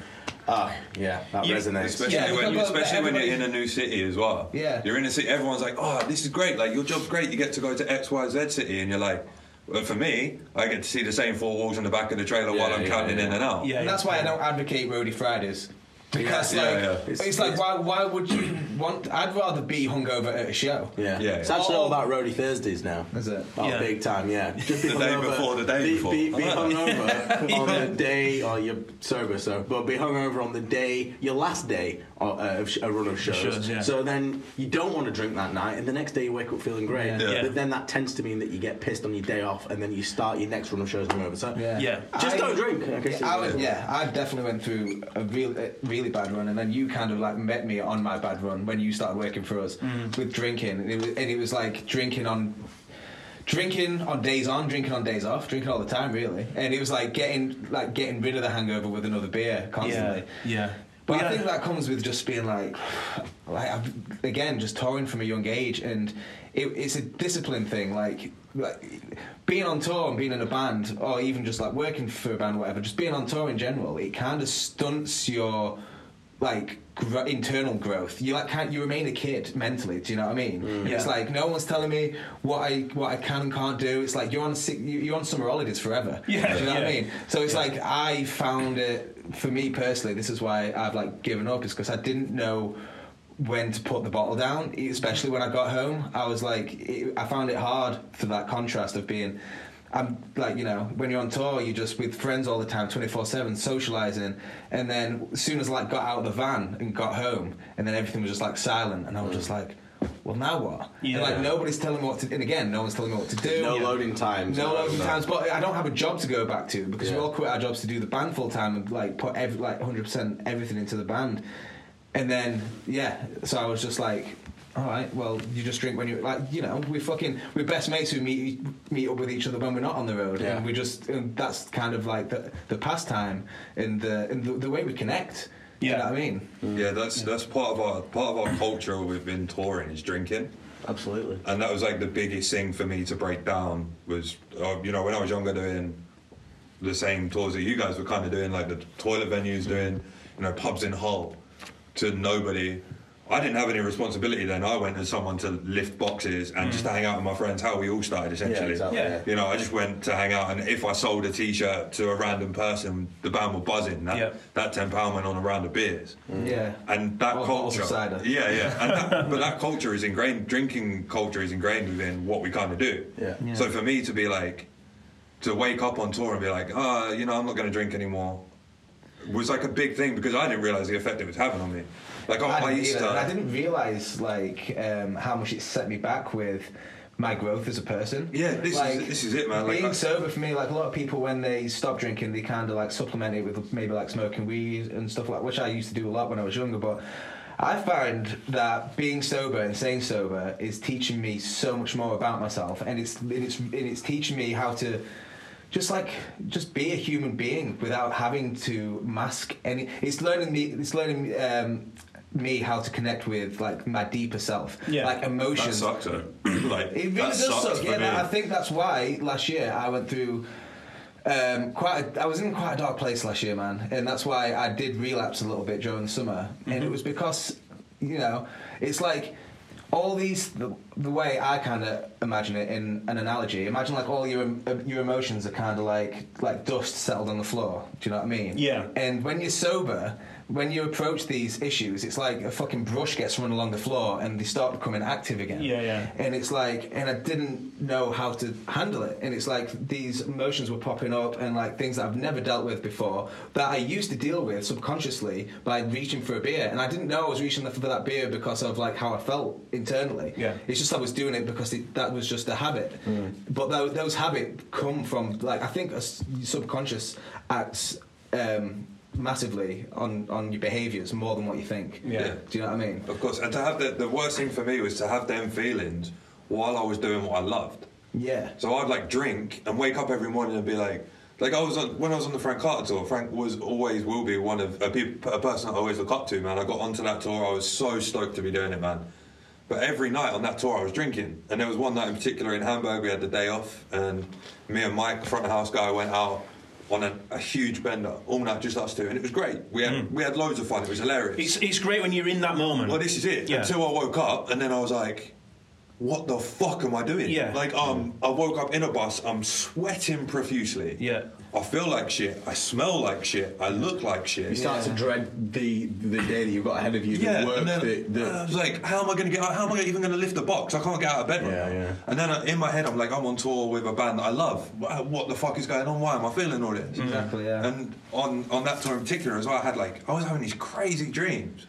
E: Ah, yeah, that
A: You-
E: resonates.
C: Especially,
B: Yeah,
C: when,
B: but- but
C: especially when you're in
B: everybody-
C: a new city as well.
B: Yeah.
C: You're in a city, everyone's like, oh, this is great. Like, your job's great. You get to go to X, Y, Z city. And you're like, well, for me, I get to see the same four walls in the back of the trailer while I'm
E: yeah,
C: counting in and out.
A: Yeah.
B: And that's why I don't advocate roadie Fridays. Because
C: Yeah,
B: like,
C: yeah, yeah.
B: it's, like, why, why would you want? I'd rather be hungover at a show.
E: Yeah.
C: Yeah.
E: it's actually all
B: Oh.
E: about roadie Thursdays now.
B: Is it?
E: Oh,
A: Yeah.
E: big time, yeah. Just be
C: The day
E: hungover-
C: before, the day
E: be,
C: before.
E: Be, be
C: I like
E: hungover on the day, or you're sober, so but be hungover on the day, your last day of, uh, of sh- a run of shows.
A: Shows, yeah.
E: So then you don't want to drink that night, and the next day you wake up feeling great.
A: Yeah.
E: But then that tends to mean that you get pissed on your day off, and then you start your next run of shows hungover. So
A: Yeah.
E: just
B: I-
E: don't drink. I guess
B: I
E: is-
B: would, yeah, I definitely went through a real, a really bad run, and then you kind of like met me on my bad run when you started working for us with drinking, and it, was, and it was like drinking on, drinking on days on, drinking on days off, drinking all the time, really, and it was like getting like getting rid of the hangover with another beer constantly.
A: yeah, yeah.
B: But
A: Yeah.
B: I think that comes with just being like, like I've, again, just touring from a young age, and it, it's a discipline thing. Like, like being on tour and being in a band, or even just like working for a band, or whatever. Just being on tour in general, it kind of stunts your like gro- internal growth. You like can't you remain a kid mentally? Do you know what I mean?
A: Mm.
B: It's like no one's telling me what I what I can and can't do. It's like you're on sick, you- you're on summer holidays forever.
A: Yeah,
B: do you know what I
A: yeah.
B: mean? So it's like I found it for me personally. This is why I've like given up is because I didn't know when to put the bottle down. Especially when I got home, I was like, it, I found it hard for that contrast of being. I'm like you know when you're on tour, you're just with friends all the time, 24 seven, socializing, and then as soon as like got out of the van and got home, and then everything was just like silent, and I
D: Mm.
B: was just like. Well, now what?
A: Yeah.
B: And like nobody's telling me what to. And again, no one's telling me what to do.
D: No
B: Yeah.
D: loading times.
B: No
D: No,
B: loading
D: no.
B: times. But I don't have a job to go back to because we
D: Yeah.
B: all quit our jobs to do the band full time and like put every like 100 percent everything into the band. And then yeah, so I was just like, all right, well, you just drink when you like, you know, we fucking we're best mates who meet meet up with each other when we're not on the road,
D: Yeah.
B: and we just and that's kind of like the the pastime and the and the, the way we connect.
A: Yeah.
B: you know what I mean.
D: Mm.
C: Yeah, that's that's part of our part of our culture we've been touring is drinking.
E: Absolutely.
C: and that was like the biggest thing for me to break down was uh, you know when I was younger doing the same tours that you guys were kind of doing like the toilet venues doing you know pubs in Hull to nobody I didn't have any responsibility then I went as someone to lift boxes and just to hang out with my friends how we all started
D: Mm. Yeah,
C: essentially
D: exactly.
A: Yeah.
C: you know I just went to hang out and if I sold a t-shirt to a random person the band were buzzing that,
A: Yeah.
C: that 10 pound went on a round of beers
B: Yeah.
C: and that
B: Or bottles
C: culture,
B: of cider.
C: yeah, yeah, and that, but that culture is ingrained. Drinking culture is ingrained within what we kind of do.
D: Yeah.
B: Yeah.
C: So for me to be like, to wake up on tour and be like, oh, you know, I'm not going to drink anymore, was like a big thing because I didn't realize the effect it was having on me. Like oh, I, I
B: I didn't,
C: used
B: either,
C: to.
B: and I didn't realize like um, how much it set me back with my growth as a person.
C: Yeah, this is- this is it, man, like,
B: Being
C: I-
B: sober for me, like a lot of people when they stop drinking, they kind of like supplement it with maybe like smoking weed and stuff like, which I used to do a lot when I was younger, but. I find that being sober and staying sober is teaching me so much more about myself, and it's and it's and it's teaching me how to just like just be a human being without having to mask any it's learning me it's learning um me how to connect with like my deeper self
A: Yeah.
B: like
C: that
B: emotions
C: sucked. though. like
B: it really
C: that
B: does
C: sucked
B: suck
C: for
B: yeah
C: me.
B: and i think that's why last year i went through um, quite a, I was in quite a dark place last year, man, and that's why I did relapse a little bit during the summer, and
C: Mm-hmm.
B: it was because you know it's like all these the, the way I kind of imagine it in an analogy. Imagine like all your em- your emotions are kind of like like dust settled on the floor. Do you know what I mean?
A: Yeah.
B: And when you're sober, when you approach these issues, it's like a fucking brush gets run along the floor and they start becoming active again.
A: Yeah, yeah.
B: And it's like, and I didn't know how to handle it. And it's like these emotions were popping up and like things that I've never dealt with before that I used to deal with subconsciously by reaching for a beer. And I didn't know I was reaching for that beer because of like how I felt internally.
A: Yeah. Mm.
B: It's just I was doing it because it, that was just a habit. But those, those habits come from like, I think a s- subconscious acts. Um, massively on on your behaviors more than what you think
A: Yeah.
B: do you know what i mean
C: Of course, and to have the, the worst thing for me was to have them feelings while I was doing what I loved.
B: yeah
C: So I'd like drink and wake up every morning and be like, like I was on when I was on the Frank Carter tour. Frank was always will be one of a, peop a person I always look up to, man. I got onto that tour. I was so stoked to be doing it, man. But every night on that tour, I was drinking, and there was one night in particular in Hamburg. We had the day off, and me and Mike, front of house guy, went out on a, a huge bender all night, just us two, and it was great. We had we had loads of fun. It was hilarious.
A: It's, it's great when you're in that moment.
C: Well, this is it.
A: Yeah.
C: Until I woke up, and then I was like, "What the fuck am I doing?"
A: Yeah.
C: Like, um, I woke up in a bus. I'm sweating profusely.
A: Yeah.
C: I feel like shit. I smell like shit. I look like shit.
D: You start to dread the the day that you've got ahead of you, the
C: Yeah,
D: work
C: and then uh,
D: that, that
C: I was like, "How am I going to get? out? How am I even going to lift the box? I can't get out of bed." right
D: Yeah,
C: now."
D: yeah.
C: And then uh, in my head, I'm like, "I'm on tour with a band that I love. Wha- What the fuck is going on? Why am I feeling all
D: Mm.
C: this?"
B: Exactly, yeah.
C: And on on that tour in particular as well, I had like I was having these crazy dreams,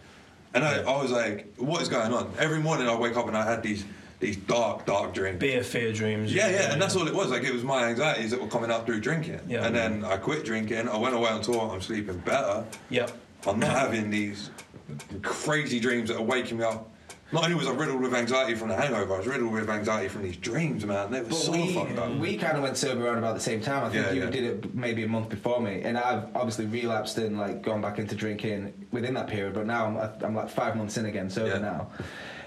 C: and I, I was like, "What is going on?" Every morning I wake up and I had these these dark dark dreams.
A: beer fear dreams.
C: Yeah, yeah, and that's all it was. Like it was my anxieties that were coming up through drinking.
A: Yeah.
C: And then I quit drinking. I went away on tour. I'm sleeping better.
A: Yep.
C: I'm not having these crazy dreams that are waking me up. Not only was I riddled with anxiety from the hangover, I was riddled with anxiety from these dreams, man. They were
B: But
C: so
B: we,
C: fucked up.
B: we kind of went sober around about the same time. I think
C: Yeah,
B: you
C: yeah.
B: did it maybe a month before me, and I've obviously relapsed and like gone back into drinking within that period. But now I'm, I'm like five months in again sober
C: Yeah.
B: now,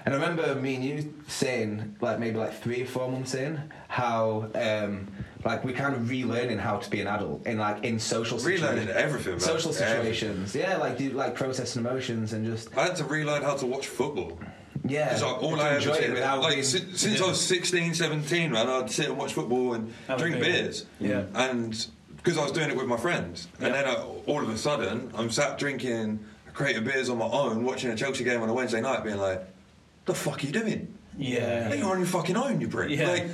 B: And I remember me and you saying, like maybe like three or four months in, how um, like we're kind of relearning how to be an adult in like in social
C: Relearning
B: situa-
C: everything, man.
B: social
C: Everything.
B: situations. Yeah, like do like processing emotions and just
C: I had to relearn how to watch football.
B: yeah.
C: It's like all
B: to
C: I ever
B: enjoy it
C: did.
B: without
C: Like
B: being-
C: si- since I was 16, 17, man, I'd sit and watch football and
A: Have a
C: drink
A: beer.
C: beers.
A: Yeah.
C: And because I was doing it with my friends, and then I, all of a sudden, I'm sat drinking a crate of beers on my own, watching a Chelsea game on a Wednesday night, being like, "The fuck are you doing?
A: Yeah.
C: You're on your fucking own, you prick!
A: Yeah.
C: Like,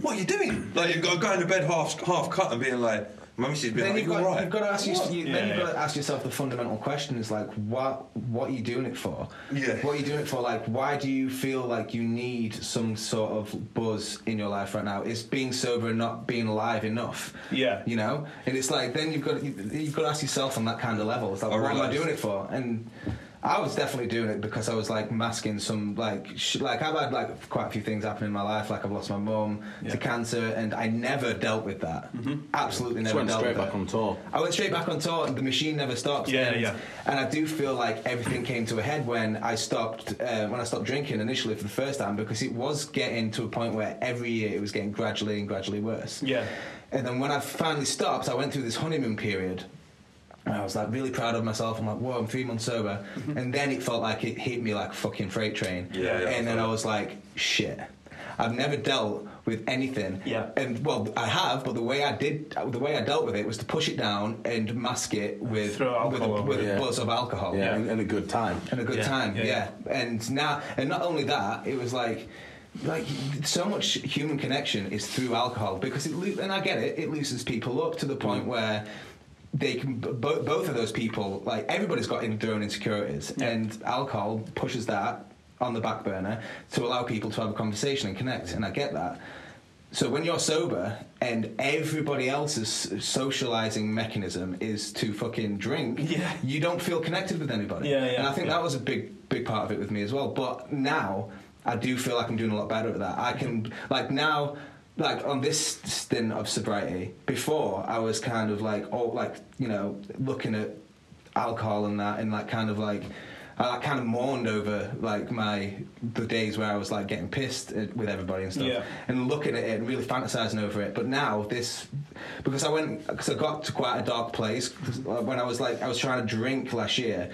C: what are you doing? Like, you're going to bed half half cut and being like." Mummy, she's been
B: then
C: like,
B: you've
C: you're
B: got,
C: right.
B: you've got to ask yourself, you, then
A: Yeah,
B: you've got to ask yourself the fundamental question is like what what are you doing it for
C: Yeah.
B: what are you doing it for like why do you feel like you need some sort of buzz in your life right now is being sober and not being alive enough
A: Yeah.
B: you know and it's like then you've got you, you've got to ask yourself on that kind of level it's like
C: I
B: what am I
C: realised-
B: doing it for and I was definitely doing it because I was like masking some like sh- like I've had like quite a few things happen in my life like I've lost my mum
A: Yeah.
B: to cancer and I never dealt with that absolutely
D: Just
B: never
D: went
B: dealt
D: straight
B: with
D: back
B: it.
D: on tour.
B: I went straight back on tour. and The machine never stopped.
A: Yeah,
B: and,
A: yeah.
B: And I do feel like everything came to a head when I stopped uh, when I stopped drinking initially for the first time because it was getting to a point where every year it was getting gradually and gradually worse.
A: Yeah.
B: And then when I finally stopped, I went through this honeymoon period. And I was like really proud of myself. I'm like, whoa, I'm three months sober.
D: Mm-hmm.
B: and then it felt like it hit me like a fucking freight train.
C: Yeah, yeah,
B: and then
C: I
B: I was like, shit. I've never dealt with anything.
A: Yeah.
B: And well, I have, but the way I did, the way I dealt with it was to push it down and mask it with
A: Throw
B: with, a,
A: alcohol over
B: with
D: it.
B: a buzz of alcohol
D: Yeah, and, and a good time.
B: and a good
A: Yeah,
B: time.
A: yeah,
B: Yeah,
A: yeah.
B: And now, and not only that, it was like. Like so much human connection is through alcohol because it loo- and I get it it loosens people up to
A: Mm.
B: the point where they can b- bo- both of those people like everybody's got in their own insecurities and alcohol pushes that on the back burner to allow people to have a conversation and connect and I get that so when you're sober and everybody else's socializing mechanism is to fucking drink
A: Yeah.
B: you don't feel connected with anybody
A: Yeah, yeah,
B: and I think
A: yeah.
B: that was a big, big part of it with me as well. But now I do feel like I'm doing a lot better at that. I can, like, now, like, on this stint of sobriety, before I was kind of like, all like, you know, looking at alcohol and that, and like, kind of like, I like, kind of mourned over like my the days where I was like getting pissed at, with everybody and stuff,
A: Yeah.
B: and looking at it and really fantasizing over it. But now this, because I went, because I got to quite a dark place 'cause, uh, when I was like, I was trying to drink last year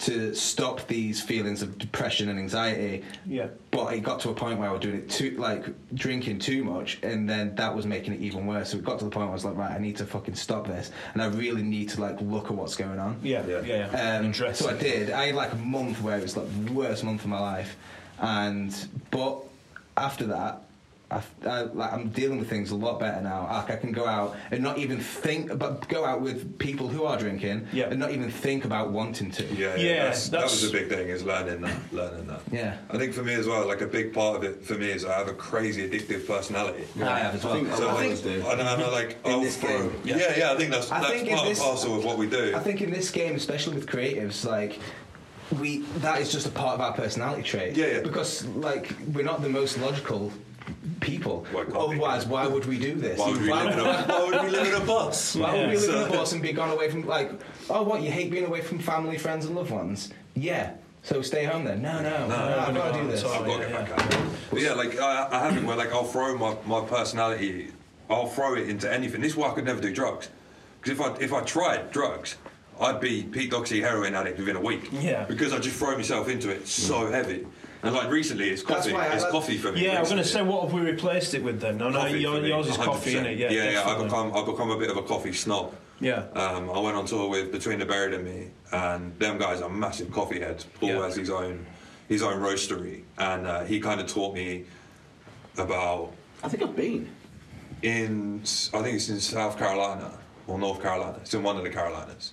B: to stop these feelings of depression and anxiety.
A: Yeah.
B: But it got to a point where I was doing it too, like drinking too much, and then that was making it even worse. So it got to the point where I was like, right, I need to fucking stop this, and I really need to like look at what's going on.
A: Yeah. Yeah. Yeah. And
B: Um,
A: dress
B: so I
A: it.
B: did. I had like a month where it was like the worst month of my life, and but after that, I, I, like, I'm dealing with things a lot better now. Like I can go out and not even think, but go out with people who are drinking,
A: Yeah.
B: and not even think about wanting to.
C: Yeah, yeah,
A: Yeah,
C: that's, that
A: that's-
C: was the big thing is learning that, learning that.
B: Yeah.
C: I think for me as well, like a big part of it for me is I have a crazy addictive personality.
B: I have as well.
D: I think-
C: So
D: I
C: like,
D: think-
C: I know, I know, like, oh,
B: this
C: bro.
B: game,
C: Yeah.
A: yeah.
C: yeah, I think that's
B: I
C: that's
B: think in
C: part
B: this-
C: and parcel of what we do.
B: I think in this game, especially with creatives, like we that is just a part of our personality trait.
C: Yeah, yeah.
B: Because like we're not the most logical people.
C: Why can't we?
B: Otherwise, why would we do this?
C: why would we live in a why would we live in a bus?
B: Why would we
A: Yeah.
B: live in a bus and be gone away from like? Oh, what you hate being away from family, friends, and loved ones? Yeah. So stay home then. No, no, no. I've
A: no,
B: got to
A: no,
B: do this.
A: it's all
C: I've got to
A: yeah,
C: get back out. But yeah, like I, I have it where like I'll throw my, my personality, I'll throw it into anything. This is why I could never do drugs, because if I if I tried drugs, I'd be Pete Doxy heroin addict within a week.
A: Yeah.
C: Because I just throw myself into it so heavy, and like recently it's
B: That's
C: coffee.
B: why I
C: It's
B: like-
C: coffee for me.
A: Yeah, I was going
C: recently.
A: to say, what have we replaced it with then? No, no,
C: Coffee for
A: your,
C: me,
A: yours is coffee, isn't
C: 100%.
A: it? Yeah,
C: yeah, yeah. I
A: definitely.
C: become I become a bit of a coffee snob.
A: Yeah.
C: Um, I went on tour with Between the Buried and Me, and them guys are massive coffee heads. Paul
A: Yeah.
C: has his own his own roastery, and uh, he kind of taught me about
D: I think I've been.
C: in I think it's in South Carolina or North Carolina. It's in one of the Carolinas.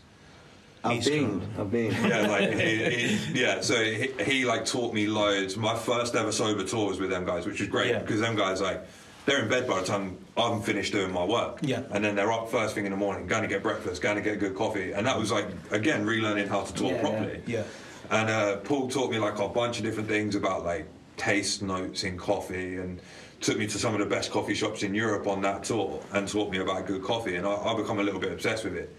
D: I've been. I've been.
C: Yeah, like he, he, yeah. So he, he like taught me loads. My first ever sober tour was with them guys, which was great
A: Yeah.
C: because them guys like they're in bed by the time I'm finished doing my work.
A: Yeah.
C: and then they're up first thing in the morning, going to get breakfast, going to get good coffee, and that was like again relearning how to talk
B: Yeah,
C: properly.
A: yeah,
C: And uh, Paul taught me like a bunch of different things about like taste notes in coffee and. Took me to some of the best coffee shops in Europe on that tour and taught me about good coffee, and I, I become a little bit obsessed with it.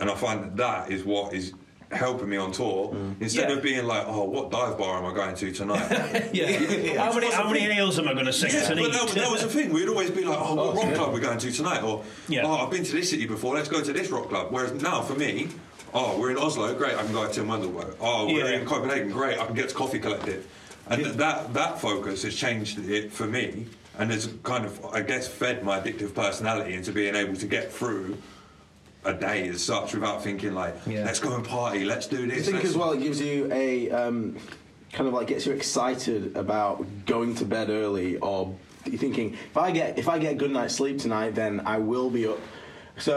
C: And I find that that is what is helping me on tour instead
A: Yeah.
C: of being like, oh, what dive bar am I going to tonight?
A: Yeah. How many how many ales am I going to sing
C: Yeah,
A: to
C: but that,
A: eat?
C: but that was the thing. We'd always be like, "Oh, what rock club are we going to tonight?" Or,
A: Yeah.
C: "Oh, I've been to this city before. Let's go to this rock club." Whereas now, for me, oh, we're in Oslo. Great, I can go to Tim Wendelbo. Oh, we're
A: Yeah.
C: in Copenhagen. Great, I can get to Coffee Collective. And th- that that focus has changed it for me, and has kind of, I guess, fed my addictive personality into being able to get through a day as such without thinking like,
B: Yeah.
C: "Let's go and party. Let's do
E: I
C: this."
E: think
C: let's-
E: as well it gives you a um, kind of like gets you excited about going to bed early or you thinking if I get if I get a good night's sleep tonight then I will be up. So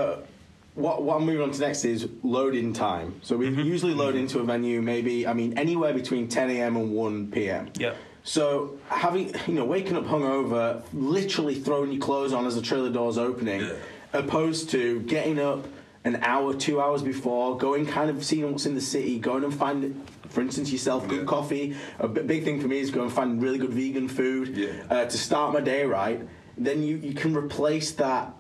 E: what what I'm moving on to next is loading time. So we usually load into a venue maybe I mean anywhere between 10 a.m. and 1 p.m.
A: Yeah.
E: So having you know waking up hungover, literally throwing your clothes on as the trailer door's opening, opposed to getting up an hour, two hours before, going kind of seeing what's in the city, going and find, for instance, yourself good
C: Yeah.
E: coffee. A b- big thing for me is go and find really good vegan food
C: Yeah.
E: uh, to start my day right. Then you, you can replace that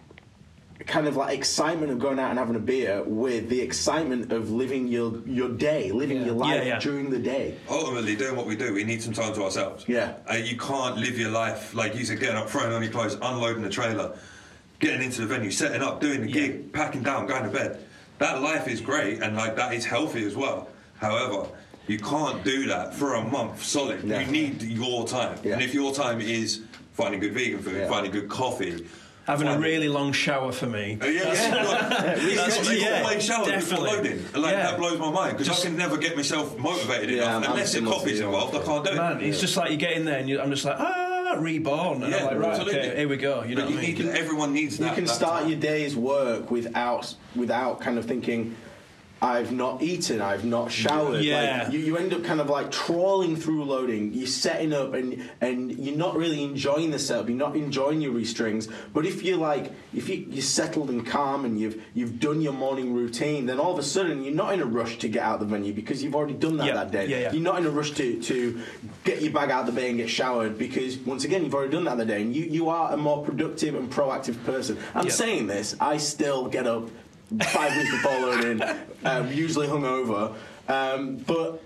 E: kind of like excitement of going out and having a beer with the excitement of living your your day, living your life
A: Yeah, yeah.
E: during the day.
C: ultimately doing what we do, we need some time to ourselves.
E: Yeah.
C: Uh, you can't live your life like you said, getting up, throwing on your clothes, unloading the trailer, getting into the venue, setting up, doing the
A: Yeah.
C: gig, packing down, going to bed. That life is great and like that is healthy as well. However, you can't do that for a month solid.
E: No.
C: You need your time,
E: Yeah.
C: and if your time is finding good vegan food,
E: Yeah.
C: finding good coffee.
A: Having a
C: finding-
A: really long shower for me.
C: Uh, yeah, yeah,
A: That's what- yeah,
C: yeah. shower before
A: definitely.
C: loading. Like
A: Yeah.
C: that blows my mind because I can never get myself motivated
E: Yeah,
C: enough.
E: I'm- I'm
C: Unless the
E: similar to
C: coffee's
E: you.
C: involved, I can't do it.
A: Man, it's just like you get in there and you, I'm just like, ah, reborn. And
C: Yeah,
A: I'm like, right,
C: absolutely.
A: okay, here we go. You know
C: But
A: what I mean?
C: need- everyone needs that.
E: you can
C: that
E: start
C: time.
E: your day's work without without kind of thinking I've not eaten, I've not showered.
A: Yeah.
E: Like, you, you end up kind of like trawling through loading. You're setting up and and you're not really enjoying the setup. You're not enjoying your restrings. But if you're like if you, you're settled and calm and you've you've done your morning routine, then all of a sudden you're not in a rush to get out the venue because you've already done that
A: Yeah,
E: that day.
A: yeah, yeah.
E: You're not in a rush to, to get your bag out of the bay and get showered because once again you've already done that the day and you, you are a more productive and proactive person. I'm
A: Yeah.
E: saying this, I still get up five minutes before loading, um, usually hungover, um, but.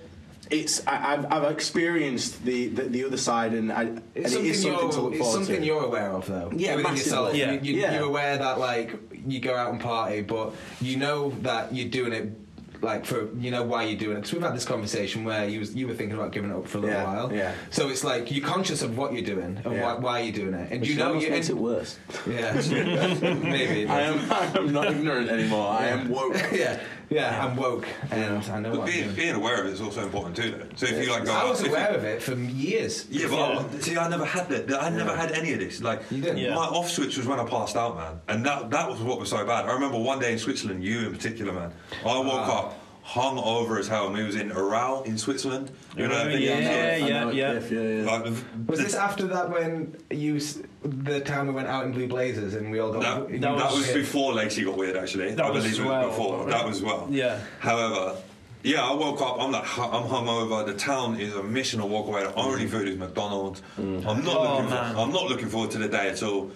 E: It's I, I've, I've experienced the, the, the other side and, I, and it
B: It's something,
E: is something
B: you're,
E: to look
B: it's
E: forward
B: something
E: to.
B: you're aware of, though.
E: Yeah,
B: within
E: massively.
B: yourself.
A: Yeah.
B: You,
E: Yeah.
B: are aware that like you go out and party, but you know that you're doing it like for you know why you're doing it. Because we've had this conversation where you was you were thinking about giving it up for a little
E: Yeah,
B: while.
E: yeah.
B: So it's like you're conscious of what you're doing and
E: Yeah.
B: why, why you're doing it, and
E: Which
B: you know
E: almost
B: you.
E: makes it worse.
B: yeah, maybe. it
E: I
B: does.
E: am, I am not ignorant anymore. I am woke.
B: yeah, yeah, I'm woke and I know
C: But
B: what I'm
C: being,
B: doing.
C: being aware of it is also important too. Though. So if you like go,
B: I
C: out-
B: was
C: if you-
B: aware of it for years.
C: Yeah, but I, see, I never had that. I never had any of this. Like,
B: You didn't?
A: Yeah.
C: my off switch was when I passed out, man, and that that was what was so bad. I remember one day in Switzerland, you in particular, man. I woke
E: Ah.
C: up hung over as hell, and we was in Aral in Switzerland. You know, that thing?
A: Yeah, yeah, yeah, yeah.
C: Like,
B: Was
C: the-
B: this after that when you s- the time we went out in blue blazers and we all
C: No,
B: got
C: that,
B: you got
C: was,
B: hit?
C: before Lacey got weird. Actually,
A: That
C: I
A: was
C: believe it
A: well,
C: was before.
A: right?
C: That was well.
A: Yeah.
C: However, yeah, I woke up. I'm like, hu- I'm hungover. The town is a mission to walk away. The only food is McDonald's. I'm
A: Mm.
C: not.
A: Oh,
C: looking for,
A: man.
C: I'm not looking forward to the day at all.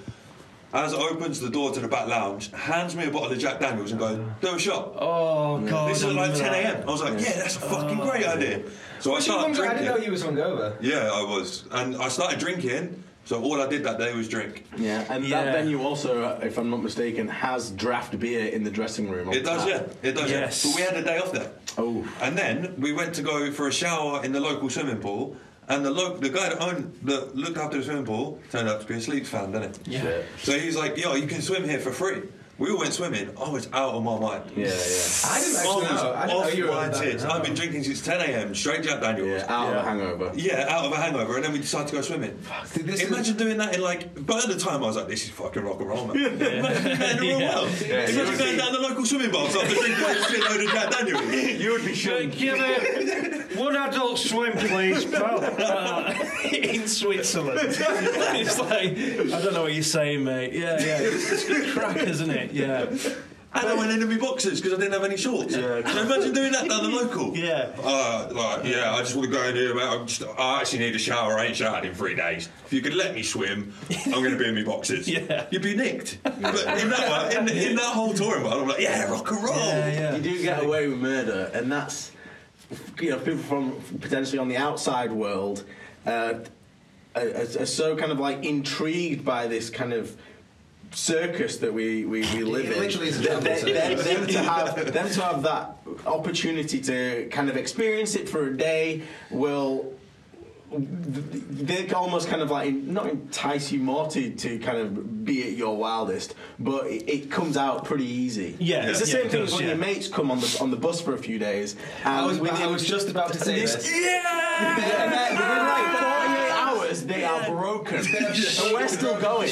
C: As opens the door to the back lounge, hands me a bottle of Jack Daniels and goes, "Do a shot."
A: Oh god, Oh,
C: this
A: I
C: is like
A: remember
C: 10
A: that. Oh.
C: a.m. I was like, "Yeah, that's a fucking great idea." So I
B: She
C: started
B: comes- I
C: drinking.
B: didn't know you was hungover.
C: Yeah, I was, and I started drinking. So all I did that day was drink.
E: Yeah, and
A: Yeah.
E: that venue also, if I'm not mistaken, has draft beer in the dressing room. on
C: It does, yeah.
E: tap.
C: It does,
A: Yes.
C: yeah. But we had a day off there.
E: Oh.
C: And then we went to go for a shower in the local swimming pool, and the lo- the guy that owned that looked after the swimming pool turned out to be a Sleeps fan, didn't he?
A: Yeah.
C: So he's like, "Yo, you can swim here for free." We all went swimming. I was out of my mind.
E: Yeah,
B: I
E: yeah.
B: didn't
C: I
B: actually
C: was
B: know. Oh, I didn't know
C: off
B: you were
C: my
B: on that.
C: tits. I've been drinking since 10 a.m. Straight Jack Daniels.
E: Yeah, out of a hangover.
C: Yeah, out of a hangover, and then we decided to go swimming.
B: See, this is-
C: Imagine doing that in like. But at the time, I was like, "This is fucking rock and roll, man." Imagine doing that in the real
A: Yeah.
C: world. Imagine going down the local swimming bar after drinking a shitload of Jack Daniels. You would be
A: Can I Give it one adult swim, please, pal. Uh, in Switzerland, it's like I don't know what you're saying, mate. Yeah, yeah, it's crack, isn't it? Yeah.
C: And I went in in my boxes because I didn't have any shorts.
A: Yeah.
C: Can you imagine doing that down the local?
A: Yeah.
C: Uh, like, yeah, I just want to go in here, mate. I'm just, I actually need a shower. I ain't showered in three days. If you could let me swim, I'm going to be in my boxes.
A: Yeah.
C: You'd be nicked. But in that, one, in, in that whole touring world, I'm like, yeah, rock and roll.
E: You do get away with murder, and that's you know people from potentially on the outside world uh, are, are are so kind of like intrigued by this kind of circus that we we, we live
B: It
E: in.
B: literally is a
E: Them-
B: travel
E: them- them to have them to have that opportunity to kind of experience it for a day will they almost kind of like not entice you more to, to kind of be at your wildest, but it, it comes out pretty easy.
A: Yeah,
E: it's the
A: yeah,
E: same
A: it
E: thing
A: does,
E: as when
A: yeah.
E: your mates come on the on the bus for a few days. And
B: I was, I
E: within-
B: was just about to say
E: this-
B: this.
E: yeah, within like 48 hours, they are broken, and we're still going.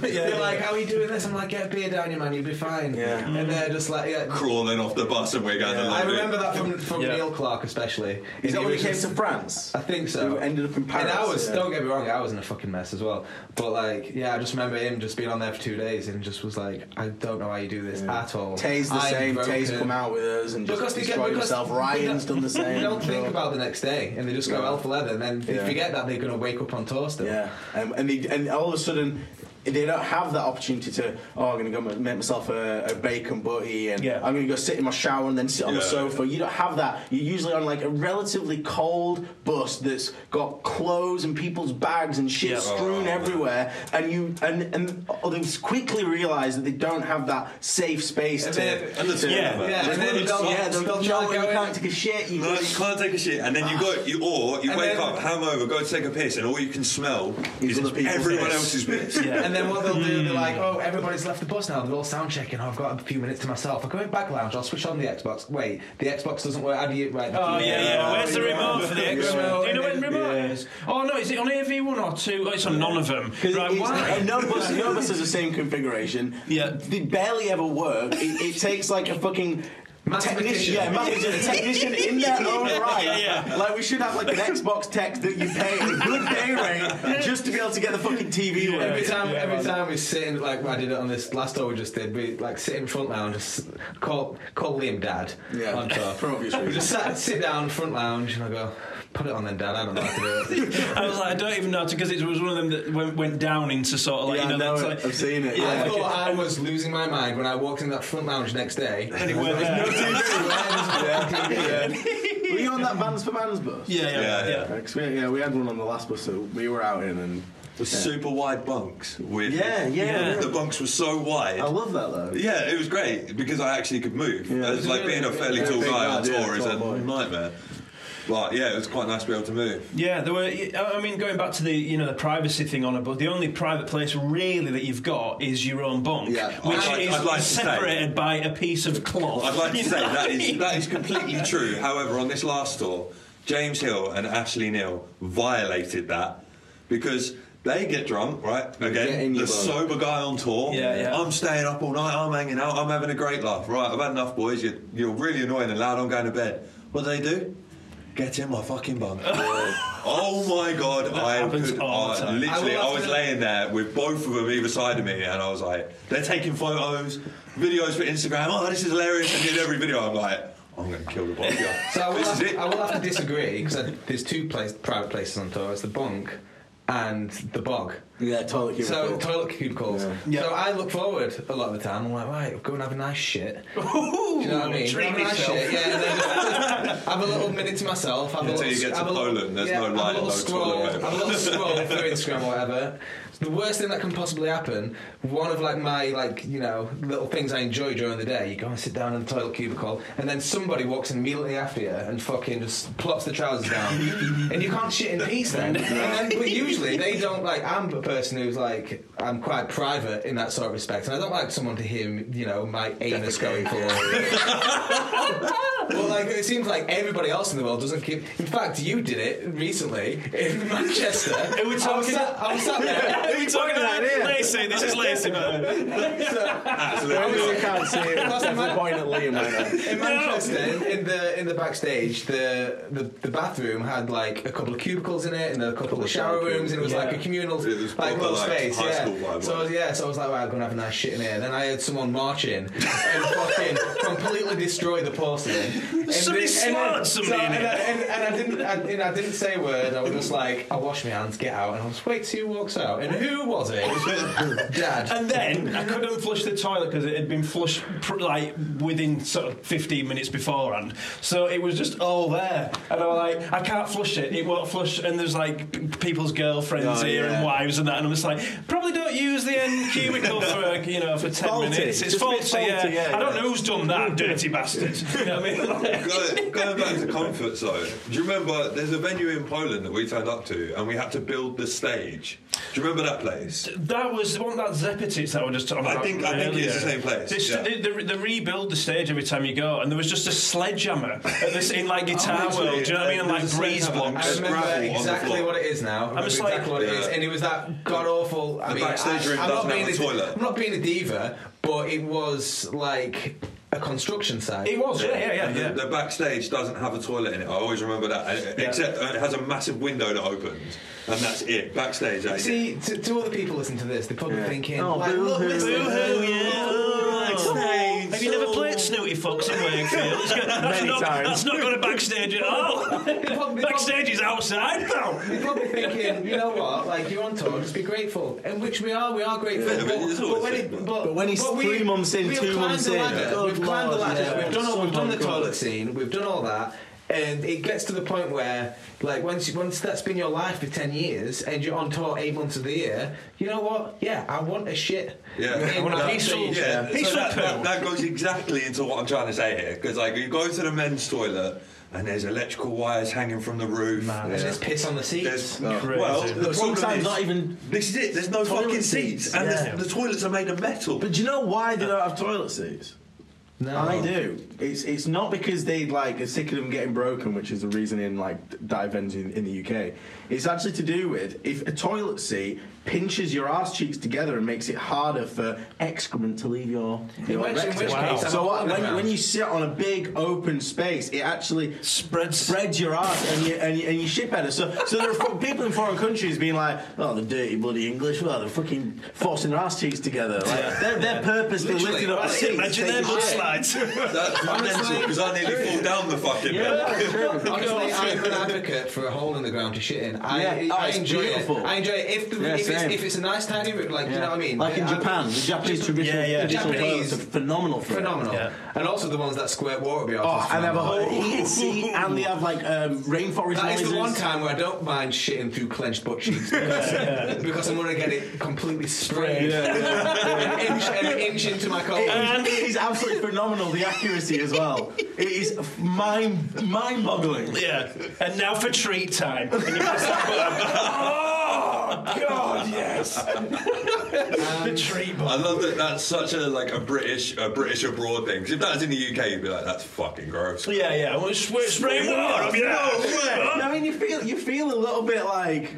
B: They're like, "How are you doing this?" I'm like, "Get a beer down you, man. You'll be fine."
E: Yeah.
B: And they're just like, "Yeah."
C: Crawling off the bus and we're going to
B: I
C: London.
B: remember that from, from
A: Yeah.
B: Neil Clark especially.
E: Is
B: He
E: that when you
B: was
E: came
B: just-
E: to France?
B: I think so.
E: You ended up in Paris,
B: And I was,
E: yeah.
B: don't get me wrong, I was in a fucking mess as well. But like, yeah, I just remember him just being on there for two days and just was like, I don't know how you do this at all.
E: Tay's the
B: I'm
E: same. Tay's
B: broken."
E: come out with us and just
B: Because they get-
E: destroyed
B: because
E: himself.
B: they
E: Ryan's
B: don't-
E: done the same.
B: They don't think about the next day and they just go alpha leather and then they
E: Yeah.
B: forget that they're going to wake up on tour still.
E: Yeah, um, and they, and all of a sudden they don't have that opportunity to oh I'm going to go m- make myself a, a bacon butty and
A: Yeah.
E: I'm going to go sit in my shower and then sit on the
C: Yeah.
E: sofa. You don't have that. You're usually on like a relatively cold bus that's got clothes and people's bags and shit
A: Yeah.
E: strewn everywhere, and you and and others quickly realise that they don't have that safe space
B: And
E: to.
B: then-
C: And the
A: Yeah,
B: yeah,
C: tour, man.
B: and then
C: It's
B: they'll-
C: like-
E: yeah, they'll,
B: They'll
E: they'll
B: try
E: know you
B: going-
E: can't take a shit. You,
C: No, you can't take a shit, and then you go, you or you
B: And
C: wake
B: then-
C: up hungover, go take a piss, and all you can smell is
E: other people's
C: everyone
E: piss.
C: else's piss.
A: Yeah.
B: And then what they'll do,
A: Hmm.
B: they're like, oh, everybody's left the bus now. They're all sound checking. Oh, I've got a few minutes to myself. I'll go in back lounge. I'll switch on the Xbox. Wait, the Xbox doesn't work. How do you. Right.
A: Oh yeah, yeah.
B: Oh,
A: Where's the
B: yeah.
A: remote for the
B: Yeah.
A: X? Do you know where the
B: Yeah.
A: remote is? Oh no, is it on AV one or two? Oh, it's on none of them. Right?
E: It's-
A: Why?
E: None of us, none of us has the same configuration.
A: Yeah.
E: They barely ever work. It, it takes like a fucking. Technician,
B: Mathematician.
E: yeah, mathematician, technician in their own right.
A: Yeah, yeah.
E: Like we should have like an Xbox tech that you pay a good day rate just to be able to get the fucking
A: Yeah.
E: TV working.
B: Every time,
A: Yeah,
B: every
A: man.
B: time we sit in, like I did it on this last tour we just did, we like sit in front lounge, just call call Liam Dad
E: Yeah,
B: on tour.
E: for obvious
B: we
E: reasons.
B: just sat, sit down front lounge, and I go, put it on then, Dad. I don't know how to do it.
A: I was like, I don't even know because it was one of them that went, went down into sort of like
E: Yeah,
A: you
E: I
A: know,
E: know
A: that's like,
E: it. I've seen it.
B: I
E: Yeah.
B: thought I was losing my mind when I walked in that front lounge next day.
A: And it went there.
E: Were you on that Vans for Vans bus?
A: Yeah, yeah, yeah.
C: Yeah,
A: yeah.
C: yeah.
E: Yeah, 'cause we, yeah, we had one on the last bus that we were out in, and
C: The super wide bunks with
E: yeah, yeah,
A: Yeah.
E: yeah.
C: the bunks were so wide.
E: I love that though.
C: Yeah, it was great because I actually could move.
E: Yeah.
C: As like being a fairly
E: Yeah,
C: tall
E: big
C: guy on
E: lad, yeah,
C: tour is
E: tall
C: a
E: boy.
C: nightmare. But yeah, it was quite nice to be able to move.
A: there were. I mean, going back to the you know the privacy thing on it, but the only private place really that you've got is your own bunk,
E: Yeah.
A: which
C: I'd like-
A: is
C: I'd like to say-
A: separated by a piece of cloth.
C: I'd like to
A: You
C: say
A: know
C: that
A: what I
C: is
A: mean?
C: that is completely true. However, on this last tour, James Hill and Ashley Neal violated that because they get drunk, right?
E: get
C: Again,
E: in
C: the
E: your boat.
C: sober guy on tour.
A: Yeah, yeah.
C: I'm staying up all night. I'm hanging out. I'm having a great laugh. Right, I've had enough, boys. You're, you're really annoying and loud. I'm going to bed. What do they do? Get in my fucking bunk. oh my god! I
A: happens
C: could,
A: all the
C: I
A: time.
C: literally,
B: I will
C: I
B: have
C: was
B: to-
C: laying in there with both of them either side of me, and I was like, they're taking photos, videos for Instagram. Oh, this is hilarious! And in every video, I'm like, I'm going to kill the body.
B: So I will,
C: this is
B: have,
C: it.
A: uh,
B: I will have to disagree because there's two place, private places on tour. It's the bunk and the bog.
E: Yeah, toilet
B: So
E: cubicle.
B: toilet cubicles.
A: Yeah.
B: So I look forward a lot of the time. I'm like, right, go and have a nice shit.
A: Ooh,
B: Do you know what I mean?
A: Treat
B: have a nice
A: yourself.
B: shit, yeah. And then just have a little minute to myself. Have a
C: Until
B: little,
C: you get to
B: have a little-
C: Poland, there's
B: yeah,
C: no
B: have a
C: light,
B: little
C: no
B: scroll,
C: toilet paper.
B: Have a little scroll through Instagram or whatever. The worst thing that can possibly happen. One of like my like you know little things I enjoy during the day. You go and sit down in the toilet cubicle, and then somebody walks in immediately after you and fucking just plops the trousers down, and you can't shit in peace then. And then but usually they don't like. I'm a person who's like I'm quite private in that sort of respect, and I don't like someone to hear you know my anus going forward. Well, like it seems like everybody else in the world doesn't keep. In fact, you did it recently in Manchester.
A: we
B: I was
A: talking-
B: sat, I was sat there.
A: Who are you talking about? Lacey, this is Lacey, man. uh,
D: Obviously, I can't see it.
B: That's
D: There's
B: my-
D: a point at Liam right now.
B: In Manchester, in, in the in the backstage, the, the the bathroom had like a couple of cubicles in it and a couple, of shower rooms, and it was like a communal
G: It was
B: like
G: proper,
B: little
G: like,
B: space.
G: high
B: yeah.
G: school vibe,
B: so I was, yeah, so I was like, "Wow, I'm gonna have a nice shit in here." Then I heard someone march in and fucking completely destroy the porcelain. And
A: Somebody
B: the- and
A: slaughtered somebody in
B: and,
A: it.
B: I, and, and I didn't, I, and I didn't say a word. I was just like, "I wash my hands, get out," and I was wait till who walks out, and who was it? Dad.
A: And then I couldn't flush the toilet because it had been flushed pr- like within sort of 15 minutes beforehand. So it was just all there. And I was like, I can't flush it. It won't flush. And there's like p- people's girlfriends
E: Oh,
A: here
E: yeah.
A: and wives and that. And I'm just like, probably don't use the end cubicle for, you know, for 10
E: Faulty.
A: minutes. It's
E: Just a
A: faulty,
E: bit faulty,
A: yeah.
E: yeah,
A: I don't know who's done that, dirty bastards. You know what I mean? Like-
G: Going, going back to comfort zone, do you remember there's a venue in Poland that we turned up to and we had to build the stage? Do you remember that place?
A: That was one that Zepetits that were just talking
G: I
A: about.
G: think- I think it's the
A: earlier.
G: same place,
A: They,
G: yeah.
A: they, they, they rebuild the stage every time you go, and there was just a sledgehammer at this in like
G: Oh,
A: Guitar
G: literally, uh,
A: World. Do you know what I mean? And like
G: there's a
A: breeze
G: sledgehammer.
A: blocks.
B: I
G: Just
B: remember
G: gravel on the
B: exactly
G: floor.
B: what it is now. I remember
A: just like-
B: exactly what it is,
G: Yeah.
B: and it was that god awful. I
G: The
B: mean,
G: backstage
B: I,
G: room
B: I'm
G: doesn't
B: not
G: have
B: being
G: a toilet.
B: I'm not being a diva, but it was like a construction site.
A: It was, yeah, yeah, yeah.
G: And
A: yeah.
G: The, the backstage doesn't have a toilet in it. I always remember that, and- except uh, it has a massive window that opens, and that's it. Backstage, that is it.
B: See, to, to all the people listening to this, they're probably thinking,
A: Oh,
B: like, look, listen,
A: Boo-hoo, yeah. Have you never played Snooty Fox in Wakefield? It's good. That's, not, that's not going to backstage at all.
B: probably-
A: backstage is outside now.
B: You're probably thinking, you know what? Like you're on tour, just be grateful, and which we are. We are grateful.
G: Yeah, but it's
B: but,
G: always
B: when it,
G: simple.
B: but,
E: But when he's
B: we-
E: three months in,
B: we have
E: two
B: climbed
E: months
B: the
E: in,
B: ladder,
E: yeah.
B: We've
E: Good
B: climbed the
E: Lord,
B: ladder.
E: yeah.
B: We've done all. We've done the
E: Someone
B: toilet scene. We've done all that. And it gets to the point where, like, once, once that's been your life for 10 years and you're on tour eight months of the year, you know what? Yeah, I want a shit.
G: Yeah,
B: In
A: want a
B: that
A: peaceful-
B: stage.
G: Yeah,
A: He
G: so
A: should
G: that,
A: poo.
G: that, that goes exactly into what I'm trying to say here because like you go to the men's toilet and there's electrical wires hanging from the roof.
B: And there's piss on the seats.
G: There's, well,
A: Crazy.
G: the problem
E: sometimes
G: is
E: not even
G: this is it. There's no
E: toilet
G: fucking
E: seats.
G: seats, and
E: Yeah.
G: the, the toilets are made of metal.
E: But do you know why they don't have toilet seats?
B: No.
E: I do. It's it's not because they like are sick of them getting broken, which is the reason in like dive ends in, in the UK. It's actually to do with if a toilet seat pinches your ass cheeks together and makes it harder for excrement to leave your. your
B: which- in
E: rectum.
B: which case, I'm
E: so what,
B: not
E: when,
B: around.
E: when you sit on a big open space, it actually
A: Spreads.
E: spreads your ass and you and you, and you shit better. So so there are fo- people in foreign countries being like, oh, the dirty bloody English, well, they're fucking forcing their ass cheeks together. Like they're, they're purposely
G: Literally.
E: lifting up
G: I
E: the seat.
A: Imagine their mudslides.
G: That's mental because I nearly fall down the fucking bed.
B: Honestly, I'm an advocate for a hole in the ground to shit in. I,
E: Yeah. Oh,
B: I
E: it's
B: enjoy
E: beautiful.
B: it. I enjoy it if, the,
E: Yeah,
B: if, it's,
E: same.
B: if it's a nice tiny room, like you know what I mean.
E: Like in
B: I-
E: Japan, the Japanese traditional,
A: Yeah, yeah.
E: traditional
B: Japanese-
E: toilets are phenomenal for it.
B: phenomenal.
A: Yeah.
B: And also the ones that squirt water beyond.
E: Oh, and they have a whole heated seat, and they have like um, rainforest
B: That is
E: noises.
B: the one time where I don't mind shitting through clenched butt cheeks because, because I'm going to get it completely sprayed an, inch, an inch into my colon.
E: It is- it is absolutely phenomenal. The accuracy as well. It is mind mind boggling.
A: Yeah, and now for treat time. And you press that button. oh God, yes. the treat button.
G: I love that. That's such a like a British a British abroad thing. 'Cause if that was in the UK, you'd be like, that's fucking gross.
A: Yeah, yeah. Well, it's, we're spraying water up your
G: No
A: ass.
G: way.
E: I mean, you feel you feel a little bit like.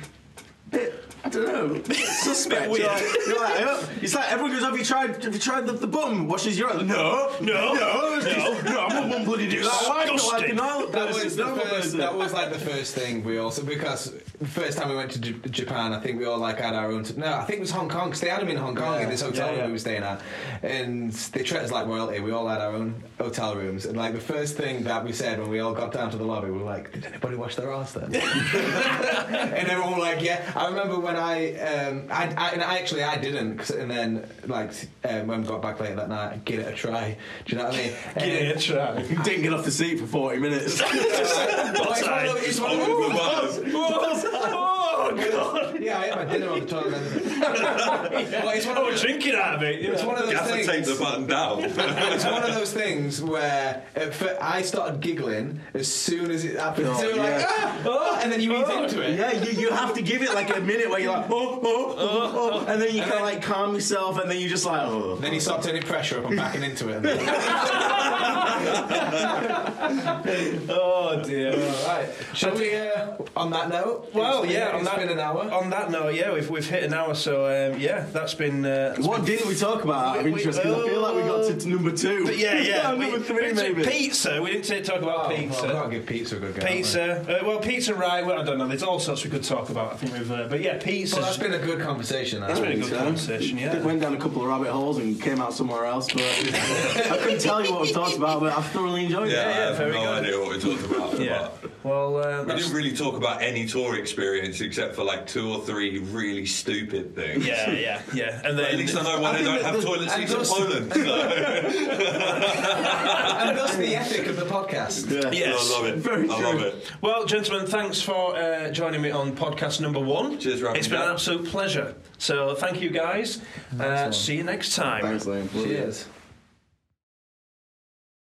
E: bit- I don't know. Suspect.
A: weird.
E: You're like, you're like, oh. It's like everyone goes, "Have you tried? Have you tried the, the bum washes your?" Like, no,
A: No,
E: no, it's just- no. I wouldn't bloody do that. Why do I
A: Disgusting.
E: can oil
B: That was, the first,
E: person.
B: that was like the first thing we also because the first time we went to J- Japan, I think we all like had our own. no, I think it was Hong Kong because they had them in Hong Kong in this hotel
A: Yeah, yeah.
B: room we were staying at, and they treated us like royalty. We all had our own hotel rooms, and like the first thing that we said when we all got down to the lobby, we were like, "Did anybody wash their ass then?" and everyone were like, "Yeah." I remember when I, um, I, I and I actually I didn't, 'cause- and then like um, when we got back later that night, I give it a try. Do you know what I mean? And-
A: Yeah, try.
E: You didn't get off the seat for 40 minutes.
B: Well, it's one of those- it's one of those-
A: Oh God. God.
B: Yeah, I ate my dinner on the toilet. well, it's one
A: I
B: of
A: was
B: those,
A: drinking out of Oh, it.
B: it's one of
C: You
B: those
C: have to take
B: things.
C: the button down.
B: It's one of those things where at fir- I started giggling as soon as it happened. so you're like, ah, oh, and then you eat into it.
E: Yeah, you, you have to give it like a minute where you're like, oh, oh, oh, oh, and then you kind of like calm yourself, and then you just like, oh.
B: Then you start turning pressure up and backing into it. And then,
A: Oh dear.
B: all right. Shall we? Uh, on that note.
A: Well,
B: it's been-
A: yeah, on
B: it's
A: that- Oh,
B: been an hour.
A: On that note, yeah, we've, we've hit an hour, so um, yeah, that's been. Uh, that's
E: What
A: been-
E: didn't we talk about? out of
A: We- we-
E: interest, 'cause I feel like we uh, got to t- number two.
A: But yeah, yeah.
E: number
A: we-
E: three,
A: we-
E: maybe.
A: Pizza. We didn't talk about
B: Oh,
A: pizza.
B: Well, I'll give pizza a good go.
A: Pizza. Uh, well, pizza, right? Well, I don't know. There's all sorts we could talk about. I think we've. Uh, but yeah, pizza.
B: Well, that's been a good conversation.
A: that's
B: That's
A: been a good conversation.
E: uh, It
A: Yeah.
E: went down a couple of rabbit holes and came out somewhere else, but I couldn't tell you what we talked about, but I thoroughly enjoyed
C: Yeah,
E: it.
C: I have
A: very
C: no
A: good.
C: idea what we talked about.
A: Yeah.
C: but
A: Well, uh,
C: we
A: that's-
C: didn't really talk about any tour experience except for like two or three really stupid things.
A: yeah, yeah, yeah. And
C: At
A: then
C: least I know why
B: I
C: they
B: think
C: don't
B: that
C: have
B: the-
C: toilet
B: and
C: seats in
B: those-
C: Poland. So.
B: and that's the ethic of the podcast.
A: Yes.
C: I love it.
E: Very
C: I love it.
A: Well, gentlemen, thanks for uh, joining me on podcast number one.
C: Cheers, Rob.
A: It's been an absolute pleasure. So, thank you guys. Uh, see you next time.
B: Cheers.